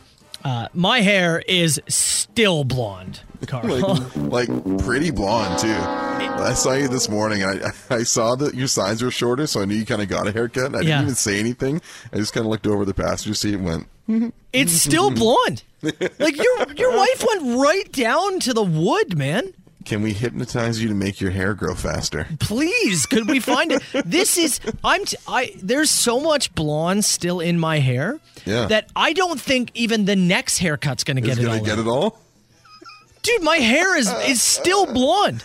Uh, my *laughs* hair is still blonde, Carl. like pretty blonde too. I saw you this morning, and I, I saw that your sides were shorter, so I knew you kind of got a haircut. And I Yeah. didn't even say anything. I just kind of looked over the passenger seat and went, *laughs* It's mm-hmm. still blonde. Like your *laughs* your wife went right down to the wood, man. "Can we hypnotize you to make your hair grow faster?" Please, could we find *laughs* it? This is I'm t- I there's so much blonde still in my hair Yeah. that I don't think even the next haircut's going to Is get it it gonna all. get in. it all? *laughs* Dude, my hair is is still blonde.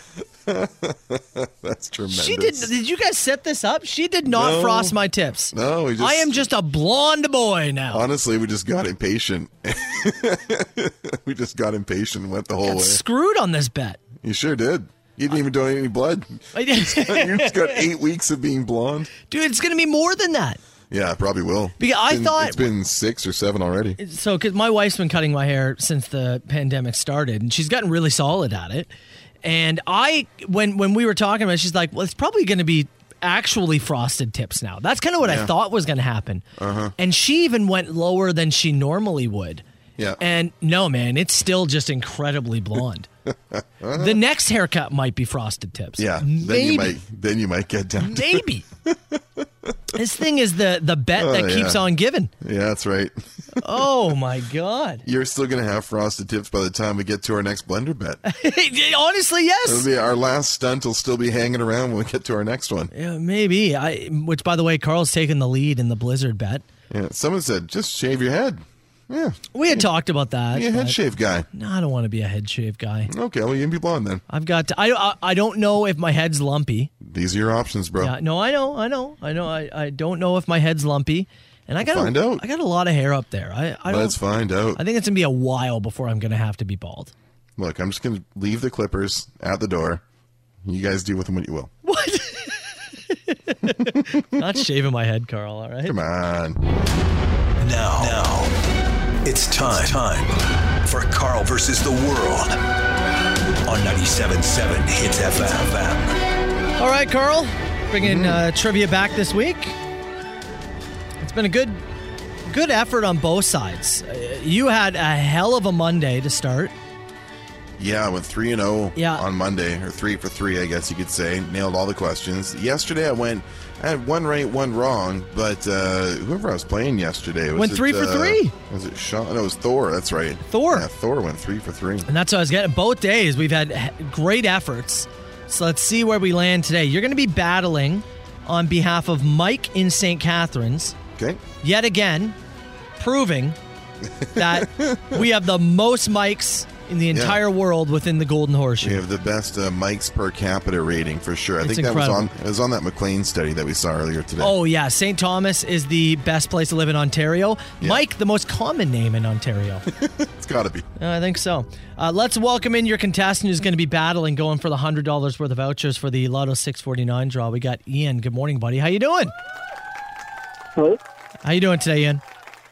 That's tremendous. She did did you guys set this up? She did not No. frost my tips. No, we just. I am just a blonde boy now. Honestly, we just got impatient. *laughs* we just got impatient and went the whole Got way. screwed on this *laughs* bet. *laughs* You sure did. You didn't even donate any blood. *laughs* I did- you just got eight weeks of being blonde. Dude, it's going to be more than that. Yeah, it probably will. Because I It's been- thought- it's been six or seven already. so because my wife's been cutting my hair since the pandemic started and she's gotten really solid at it and i when when we were talking about it she's like well it's probably going to be actually frosted tips now that's kind of what i Yeah. thought was going to happen uh-huh. and she even went lower than she normally would Yeah. and no man it's still just incredibly *laughs* blonde the next haircut might be frosted tips Uh-huh. Yeah, maybe then you might then you might get down. to- *laughs* maybe this thing is the the bet Oh, that keeps yeah. on giving Yeah, that's right. oh my god You're still gonna have frosted tips by the time we get to our next blender bet. *laughs* honestly yes It'll be our last stunt. Will still be hanging around when we get to our next one. Yeah, maybe. I which by the way, Carl's taking the lead in the Blizzard bet. Yeah, someone said just shave your head. Yeah, We had talked about that. be a head but- shave guy. No, I don't want to be a head shave guy. Okay, well you can be blonde then. I've got to, I, I I don't know if my head's lumpy. These are your options, bro. Yeah, no, I know, I know, I know. I, I don't know if my head's lumpy, and I got find out. I got a lot of hair up there. I I don't. Let's find out. I think it's gonna be a while before I'm gonna have to be bald. Look, I'm just gonna leave the clippers at the door. You guys deal with them what you will. What? *laughs* Not shaving my head, Carl. All right. Come on. Now, now it's time, time for Carl versus the world on 97.7 Hits FM. All right, Carl, bringing uh, trivia back this week. It's been a good, good effort on both sides. Uh, You had a hell of a Monday to start. Yeah, I went three and zero Yeah. on Monday, or three for three, I guess you could say. Nailed all the questions. Yesterday, I went. I had one right, one wrong, but uh, whoever I was playing yesterday was Went it, three for uh, three. Was it Sean? No, it was Thor. That's right. Thor. Yeah, Thor went three for three. And that's what I was getting. Both days we've had h- great efforts. So let's see where we land today. You're going to be battling on behalf of Mike in St. Catharines Okay. yet again, proving that we have the most mics in the entire world within the Golden Horseshoe. We have the best uh, mics per capita rating for sure. I It's think that incredible. was on. It was on that McLean study that we saw earlier today. Oh yeah, St. Thomas is the best place to live in Ontario. Yeah. Mike, the most common name in Ontario. Oh, it's got to be. I think so. Uh, let's welcome in your contestant who's going to be battling, going for the hundred dollars worth of vouchers for the Lotto 649 draw. We got Ian. Good morning, buddy. How you doing? Hello? How you doing today, Ian?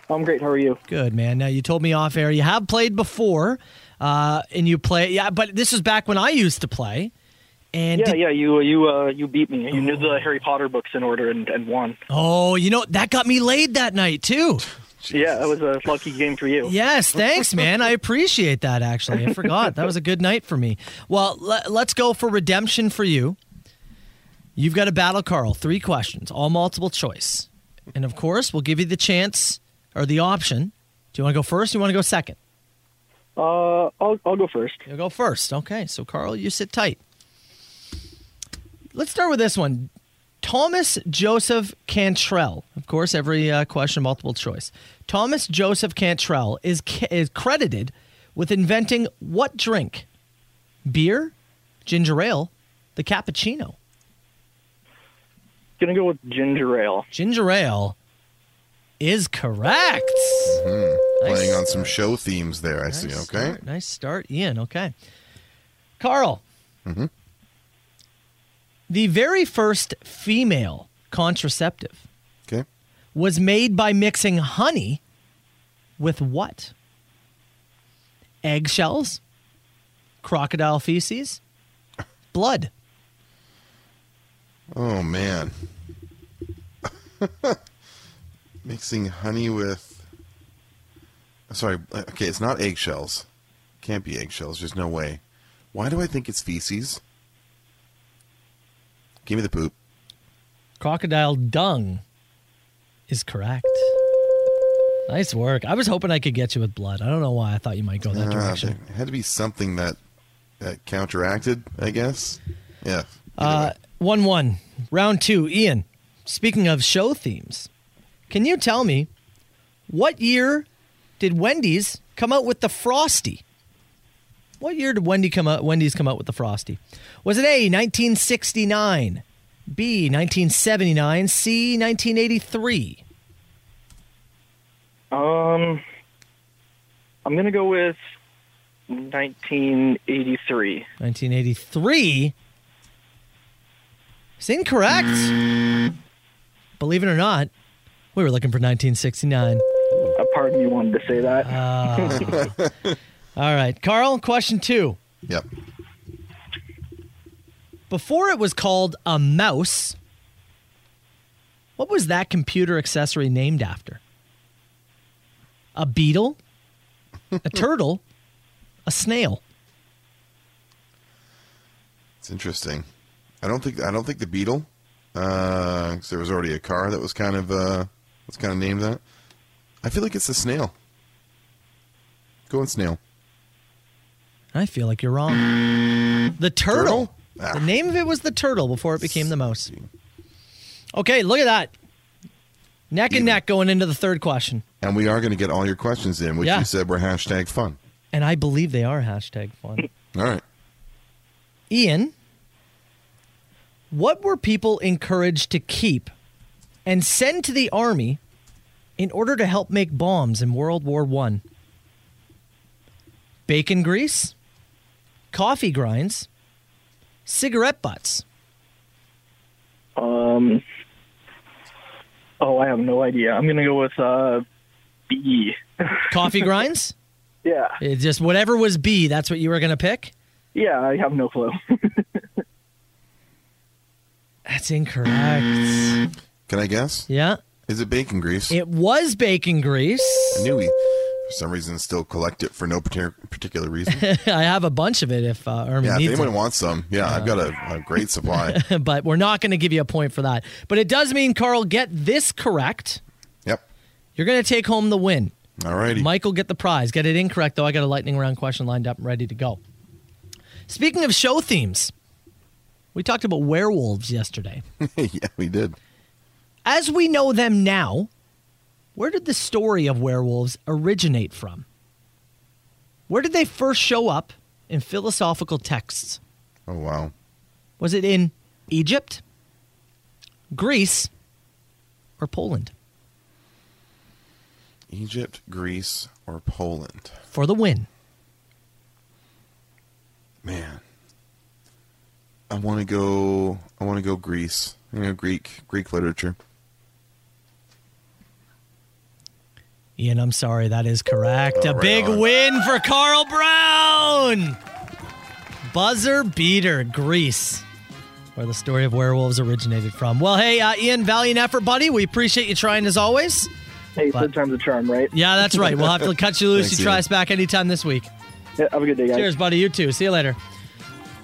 I'm great. How are you? Good man. Now you told me off air you have played before, uh, and you play. Yeah, but this was back when I used to play. And Yeah, did- yeah, you you uh, you beat me. You knew the Harry Potter books in order and, and won. oh, you know that got me laid that night too. Yeah, that was a lucky game for you. Yes, thanks, man. I appreciate that. Actually, I forgot that was a good night for me. Well, le- let's go for redemption for you. You've got to battle Carl. Three questions, all multiple choice, and of course, we'll give you the chance or the option. Do you want to go first? Or you want to go second? Uh, I'll I'll go first. You'll go first. Okay, so Carl, you sit tight. Let's start with this one. Thomas Joseph Cantrell. Of course, every uh, question multiple choice. Thomas Joseph Cantrell is ca- is credited with inventing what drink? Beer, ginger ale, the cappuccino. Gonna go with ginger ale. Ginger ale is correct. Playing on some show themes there. I see. Nice Okay. start, Nice start, Ian. Okay. Carl. Mm-hmm. The very first female contraceptive Okay. was made by mixing honey with what? Eggshells, crocodile feces, blood. Oh man. *laughs* Mixing honey with Sorry, okay, it's not eggshells. Can't be eggshells, there's no way. Why do I think it's feces? Give me the poop. Crocodile dung is correct. Nice work. I was hoping I could get you with blood. I don't know why. I thought you might go that Ah, Uh, direction. there had to be something that that counteracted, I guess. Yeah. Uh, one one round two. Ian, speaking of show themes, can you tell me what year did Wendy's come out with the Frosty? What year did Wendy come out? Wendy's come out with the Frosty. Was it A 1969, B 1979, C 1983? Um, I'm gonna go with 1983. 1983. It's incorrect. Believe it or not, we were looking for 1969. A part of me wanted to say that. Ah. *laughs* All right, Carl, question two. Yep. Before it was called a mouse, what was that computer accessory named after? A beetle, a turtle, a snail. It's interesting. I don't think I don't think the Beetle, uh, 'cause there was already a car that was kind of uh, was kind of named that. I feel like it's the snail. Going snail. I feel like you're wrong. The turtle. The name of it was the turtle before it became the mouse. Okay, look at that. Neck and neck going into the third question. And we are going to get all your questions in, which Yeah. you said were hashtag fun. And I believe they are hashtag fun. All right. Ian, what were people encouraged to keep and send to the army in order to help make bombs in World War One? Bacon grease, coffee grinds, cigarette butts. Um, oh, I have no idea. I'm gonna go with uh, B. *laughs* Coffee grinds? Yeah, It just whatever was B, that's what you were going to pick? yeah. I have no clue. That's incorrect. Can I guess? Yeah. Is it bacon grease? It was bacon grease. I knew we, for some reason, still collect it for no partic- particular reason. *laughs* I have a bunch of it if uh, Armin yeah, if needs anyone it. wants some, yeah, I've got a, a great supply. *laughs* but we're not going to give you a point for that. But it does mean Carl get this correct. Yep. You're going to take home the win. All righty. Michael get the prize. Get it incorrect though. I got a lightning round question lined up and ready to go. Speaking of show themes, we talked about werewolves yesterday. *laughs* yeah, we did. As we know them now, where did the story of werewolves originate from? Where did they first show up in philosophical texts? Oh wow. Was it in Egypt, Greece, or Poland? Egypt, Greece, or Poland? For the win. Man, I want to go. I want to go Greece. You know, Greek Greek literature. Ian, I'm sorry, that is correct. A right big on. win for Carl Brown. Buzzer beater, Greece, where the story of werewolves originated from. Well, hey, uh, Ian, valiant effort, buddy. We appreciate you trying as always. hey, third time's a charm, right? Yeah, that's right. We'll *laughs* have to cut you loose. Thanks, you try Ian. us back anytime this week. Yeah, have a good day, guys. Cheers, buddy. You too. See you later.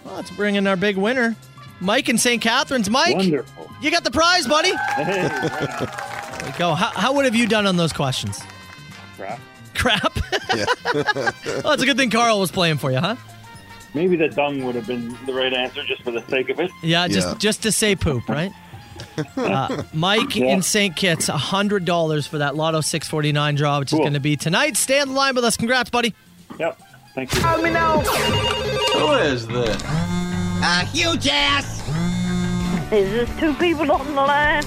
Well, let's bring in our big winner, Mike in St. Catharines. Mike, Wonderful. you got the prize, buddy. There you go. How, how would have you done on those questions? Crap. Crap. Yeah. *laughs* well, it's a good thing Carl was playing for you, huh? Maybe the dung would have been the right answer just for the sake of it. Yeah, just just to say poop, right? Uh, Mike Yeah. in St. Kitts, hundred dollars for that Lotto 649 draw, which is going to be tonight. Stay on the line with us. Congrats, buddy. Yep. Thank you. Help me now. Who is this? A huge ass. Is this two people on the line?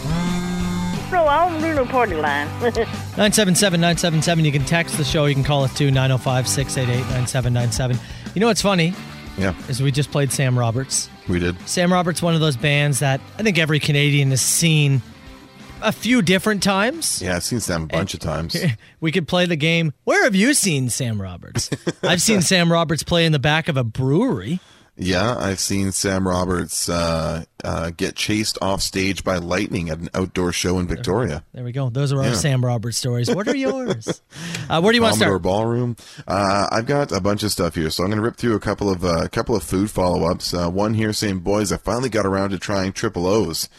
No, I don't do no party line. *laughs* 977 977. You can text the show. You can call us too, 905 688 9797. You know what's funny? Yeah. Is we just played Sam Roberts. We did. Sam Roberts, one of those bands that I think every Canadian has seen a few different times. Yeah, I've seen Sam a bunch of times. We could play the *laughs* game. Where have you seen Sam Roberts? I've seen Sam Roberts play in the back of a brewery. Yeah, I've seen Sam Roberts uh, uh, get chased off stage by lightning at an outdoor show in Victoria. There we go. Those are our Yeah. Sam Roberts stories. What *laughs* are yours? uh, where do you want to Commodore start? Ballroom. Uh, I've got a bunch of stuff here, so I'm going to rip through a couple of uh, a couple of food follow ups. Uh, one here saying, "Boys, I finally got around to trying Triple O's,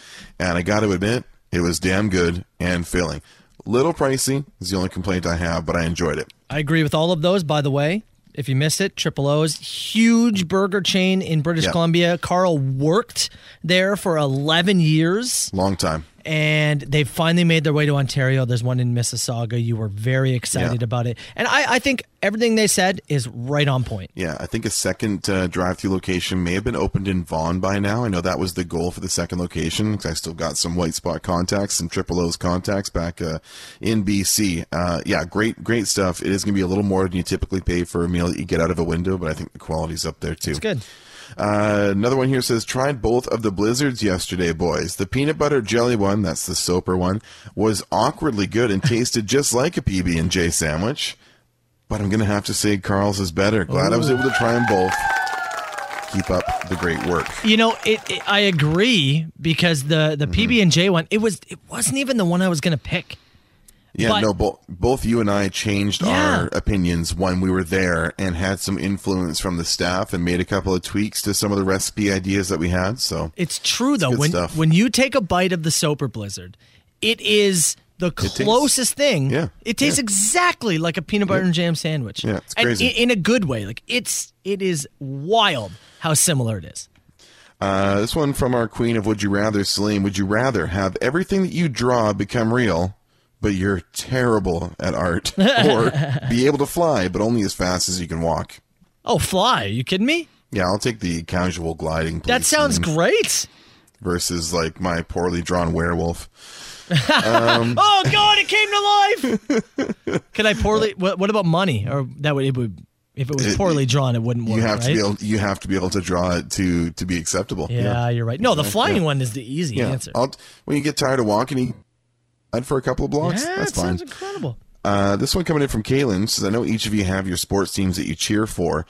and I got to admit, it was damn good and filling. Little pricey is the only complaint I have, but I enjoyed it. I agree with all of those, by the way. If you missed it, Triple O's huge burger chain in British Yeah. Columbia. Carl worked there for 11 years. Long time. And they finally made their way to Ontario. There's one in Mississauga. You were very excited Yeah. about it. And I, I think everything they said is right on point. Yeah, I think a second uh, drive-through location may have been opened in Vaughan by now. I know that was the goal for the second location 'cause I still got some white spot contacts, some triple O's contacts back uh, in BC. Uh, yeah, great, great stuff. It is going to be a little more than you typically pay for a meal that you get out of a window, but I think the quality's up there too. It's good. Uh, another one here says tried both of the blizzards yesterday, boys. The peanut butter jelly one, that's the soaper one, was awkwardly good and tasted just like a PB and J sandwich. But I'm gonna have to say Carl's is better. Glad I was able to try them both. Keep up the great work. You know, it, it- I agree because the Mm-hmm. the PB and J one it was it wasn't even the one I was gonna pick. Yeah, But- no, bo- both you and I changed Yeah. our opinions when we were there and had some influence from the staff and made a couple of tweaks to some of the recipe ideas that we had. So It's true though. good when stuff. when you take a bite of the Soper Blizzard, it is the tastes- closest thing. Yeah, It tastes yeah. exactly like a peanut butter and jam sandwich. Yeah, it's And crazy. i- in a good way. Like it's it is wild how similar it is. Uh, this one from our queen of Would You Rather, Celine. Would you rather have everything that you draw become real, but you're terrible at art, *laughs* or be able to fly, but only as fast as you can walk? Oh, fly. Are you kidding me? Yeah, I'll take the casual gliding. please, That sounds Celine, great. Versus like my poorly drawn werewolf. Um, oh God, it came to *laughs* life. Could I poorly? What, what about money? Or that would it would if it was It- poorly drawn, it wouldn't work. you have right? to be able. You have to be able to draw it to to be acceptable. Yeah, you're right. No, the Yeah. flying one is the easy Yeah. answer. I'll, when you get tired of walking, you ride for a couple of blocks. yeah, That's it fine. sounds incredible. Uh, this one coming in from Kalen says, I know each of you have your sports teams that you cheer for.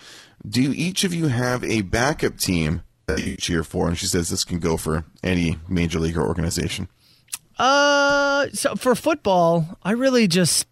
Do each of you have a backup team that you cheer for? And she says this can go for any major league or organization. Uh, so for football, I really just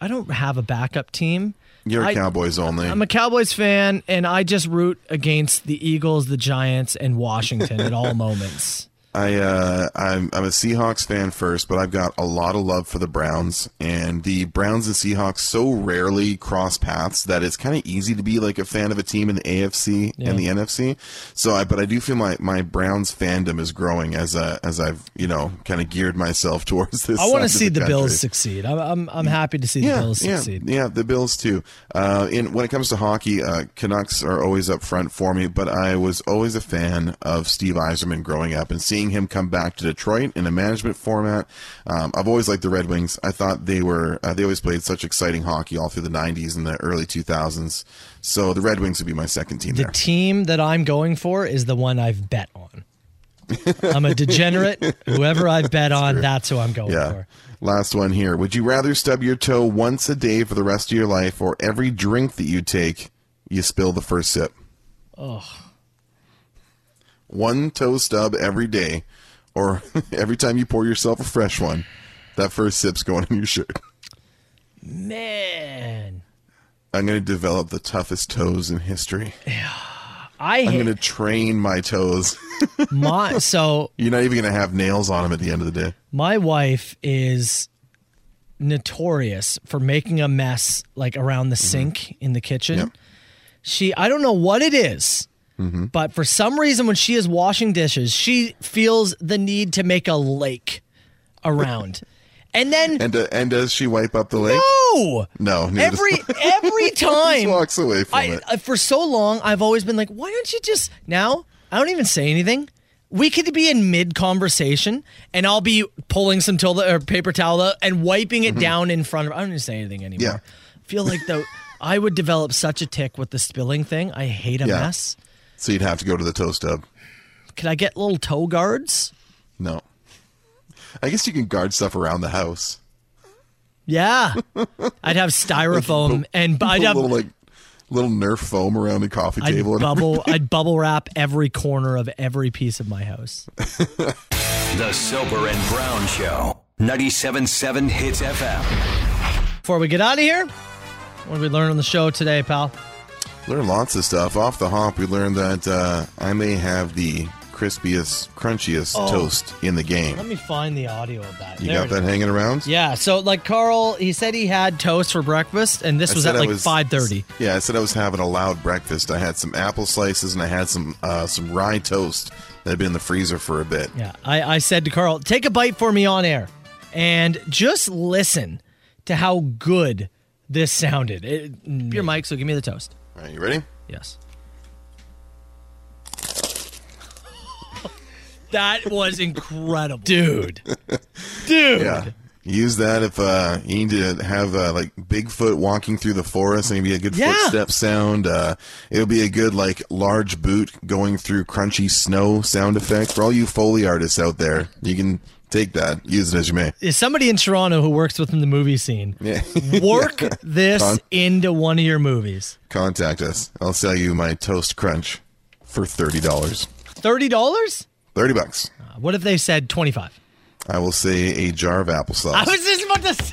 I don't have a backup team. You're I- Cowboys only. I'm a Cowboys fan, and I just root against the Eagles, the Giants, and Washington at all moments. I uh, I'm I'm a Seahawks fan first, but I've got a lot of love for the Browns, and the Browns and Seahawks so rarely cross paths that it's kind of easy to be like a fan of a team in the AFC Yeah. and the NFC. So, I but I do feel my my Browns fandom is growing as a as I've you know kind of geared myself *laughs* towards *laughs* this. I want to side of see the, country. Bills succeed. I'm, I'm I'm happy to see the Bills yeah, succeed. Yeah, the Bills too. Uh, in when it comes to hockey, uh, Canucks are always up front for me. But I was always a fan of Steve Eiserman growing up, and seeing him come back to Detroit in a management format. Um, I've always liked the Red Wings. I thought they were uh, they always played such exciting hockey all through the '90s and the early 2000s. So the Red Wings would be my second team The there. team that I'm going for is the one I've bet on. *laughs* I'm a degenerate. Whoever I bet on, that's who I'm going yeah. for. Last one here. Would you rather stub your toe once a day for the rest of your life, or every drink that you take, you spill the first sip? Oh, one toe stub every day, or *laughs* every time you pour yourself a fresh one, that first sip's going in your shirt. man. I'm going to develop the toughest toes in history. I I'm hate *laughs* going to train my toes. *laughs* my so You're not even going to have nails on them at the end of the day. My wife is notorious for making a mess like around the Mm-hmm. sink in the kitchen. She I don't know what it is, Mm-hmm. but for some reason when she is washing dishes, she feels the need to make a lake around. and *laughs* then And uh, and does she wipe up the lake? no. No. neither does- *laughs* Every every time Just walks away from I, it. I- for so long, I've always been like, why don't you just now? I don't even say anything. We could be in mid conversation, and I'll be pulling some toilet or paper towel out and wiping it down in front of. I don't even say anything anymore. Mm-hmm. Yeah. I feel like the I would develop such a tick with the spilling thing. I hate a Yeah. mess. So you'd have to go to the toe stub. Could I get little toe guards? No. I guess you can guard stuff around the house. *laughs* Yeah, I'd have styrofoam, and Put I'd have little like little Nerf foam around the coffee I'd table. and bubble, I'd bubble wrap every corner of every piece of my house. The Soper and Brown Show. 97.7 Hits FM. Before we get out of here, what did we learn on the show today, pal? *laughs* Learn lots of stuff. Off the hop, we learned that uh, I may have the crispiest, crunchiest Oh. toast in the game. Let me find the audio of that. You There got it that is. hanging around? Yeah. So, like Carl, he said he had toast for breakfast, and this I was said at I like five thirty. Yeah, I said I was having a loud breakfast. I had some apple slices and I had some uh, some rye toast that had been in the freezer for a bit. Yeah, I, I said to Carl, take a bite for me on air and just listen to how good this sounded. It, mm, your mic, so give me the toast. All right, you ready? Yes. That was incredible. *laughs* Dude. Dude. Yeah. Use that if uh, you need to have uh, like Bigfoot walking through the forest, and it'd be a good Yeah. footstep sound. Uh, it'll be a good like large boot going through crunchy snow sound effect for all you foley artists out there. You can take that, use it as you may. Is somebody in Toronto who works within the movie scene? *laughs* Yeah. Work Yeah. this Con- into one of your movies. Contact us. I'll sell you my toast crunch for thirty dollars. Thirty dollars? Thirty bucks. What if they said twenty five? I will say a jar of applesauce. I was just about *laughs*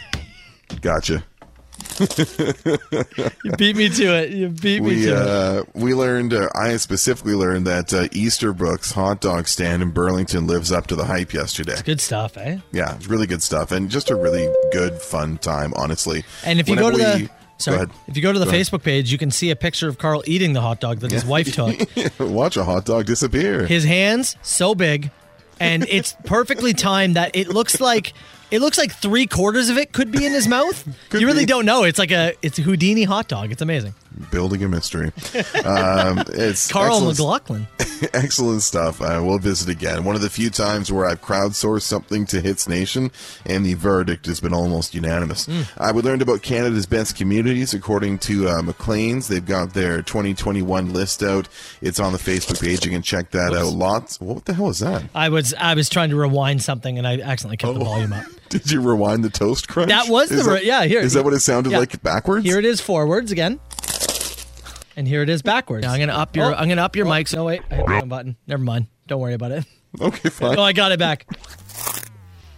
to say Gotcha. You beat me to it. You beat me we to it. uh, we learned. Uh, I specifically learned that uh, Easterbrook's hot dog stand in Burlington lives up to the hype yesterday. Good stuff, eh? Yeah, it's really good stuff and just a really good fun time, honestly. And if you go to Whenever we- the sorry, Go ahead. *laughs* if you go to the Go ahead. Facebook page, you can see a picture of Carl eating the hot dog that his wife took. *laughs* watch a hot dog disappear. His hands so big, and *laughs* it's perfectly timed that it looks like it looks like three quarters of it could be in his *laughs* mouth. you really don't know. It's like a it's a Houdini hot dog. It's amazing. Building *laughs* a mystery. Um, it's Carl excellent- McLaughlin. excellent stuff. I will visit again. One of the few times where I've crowdsourced something to Hits Nation, and the verdict has been almost unanimous. Hmm. Uh, we learned about Canada's best communities according to uh, Maclean's. They've got their 2021 list out. It's on the Facebook page. You can check that out. Lots. What the hell is that? *laughs* I was I was trying to rewind something and I accidentally kept the Oh. volume *laughs* up. Did you rewind the toast crunch? That was the Is ver- yeah. Here Is that what it sounded yeah. like backwards? Here it is forwards again. And here it is backwards. I'm gonna up your I'm gonna up your mic. So wait, I hit the wrong button. Never mind. Don't worry about it. *laughs* Okay, fine. Oh, I got it back.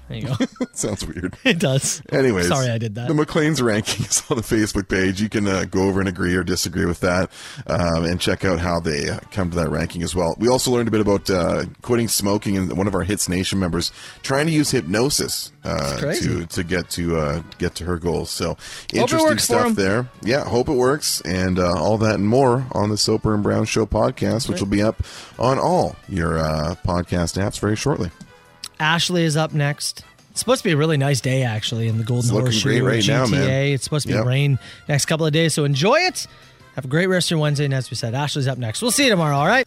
There you go. *laughs* Sounds weird. It does. Anyways, sorry I did that. The McLean's rankings on the Facebook page. You can uh, go over and agree or disagree with that, um, and check out how they uh, come to that ranking as well. We also learned a bit about uh, quitting smoking, and one of our Hits Nation members trying to use hypnosis uh, crazy. to to get to uh, get to her goals. So it interesting works for stuff 'em. there. Yeah, hope it works, and uh, all that and more on the Soper and Brown Show podcast, which right. will be up on all your uh, podcast apps very shortly. Ashley is up next. It's supposed to be a really nice day, actually, in the Golden It's looking Horseshoe great right GTA. now, man. It's supposed to be Yep. rain next couple of days, so enjoy it. Have a great rest of your Wednesday, and as we said, Ashley's up next. We'll see you tomorrow. All right.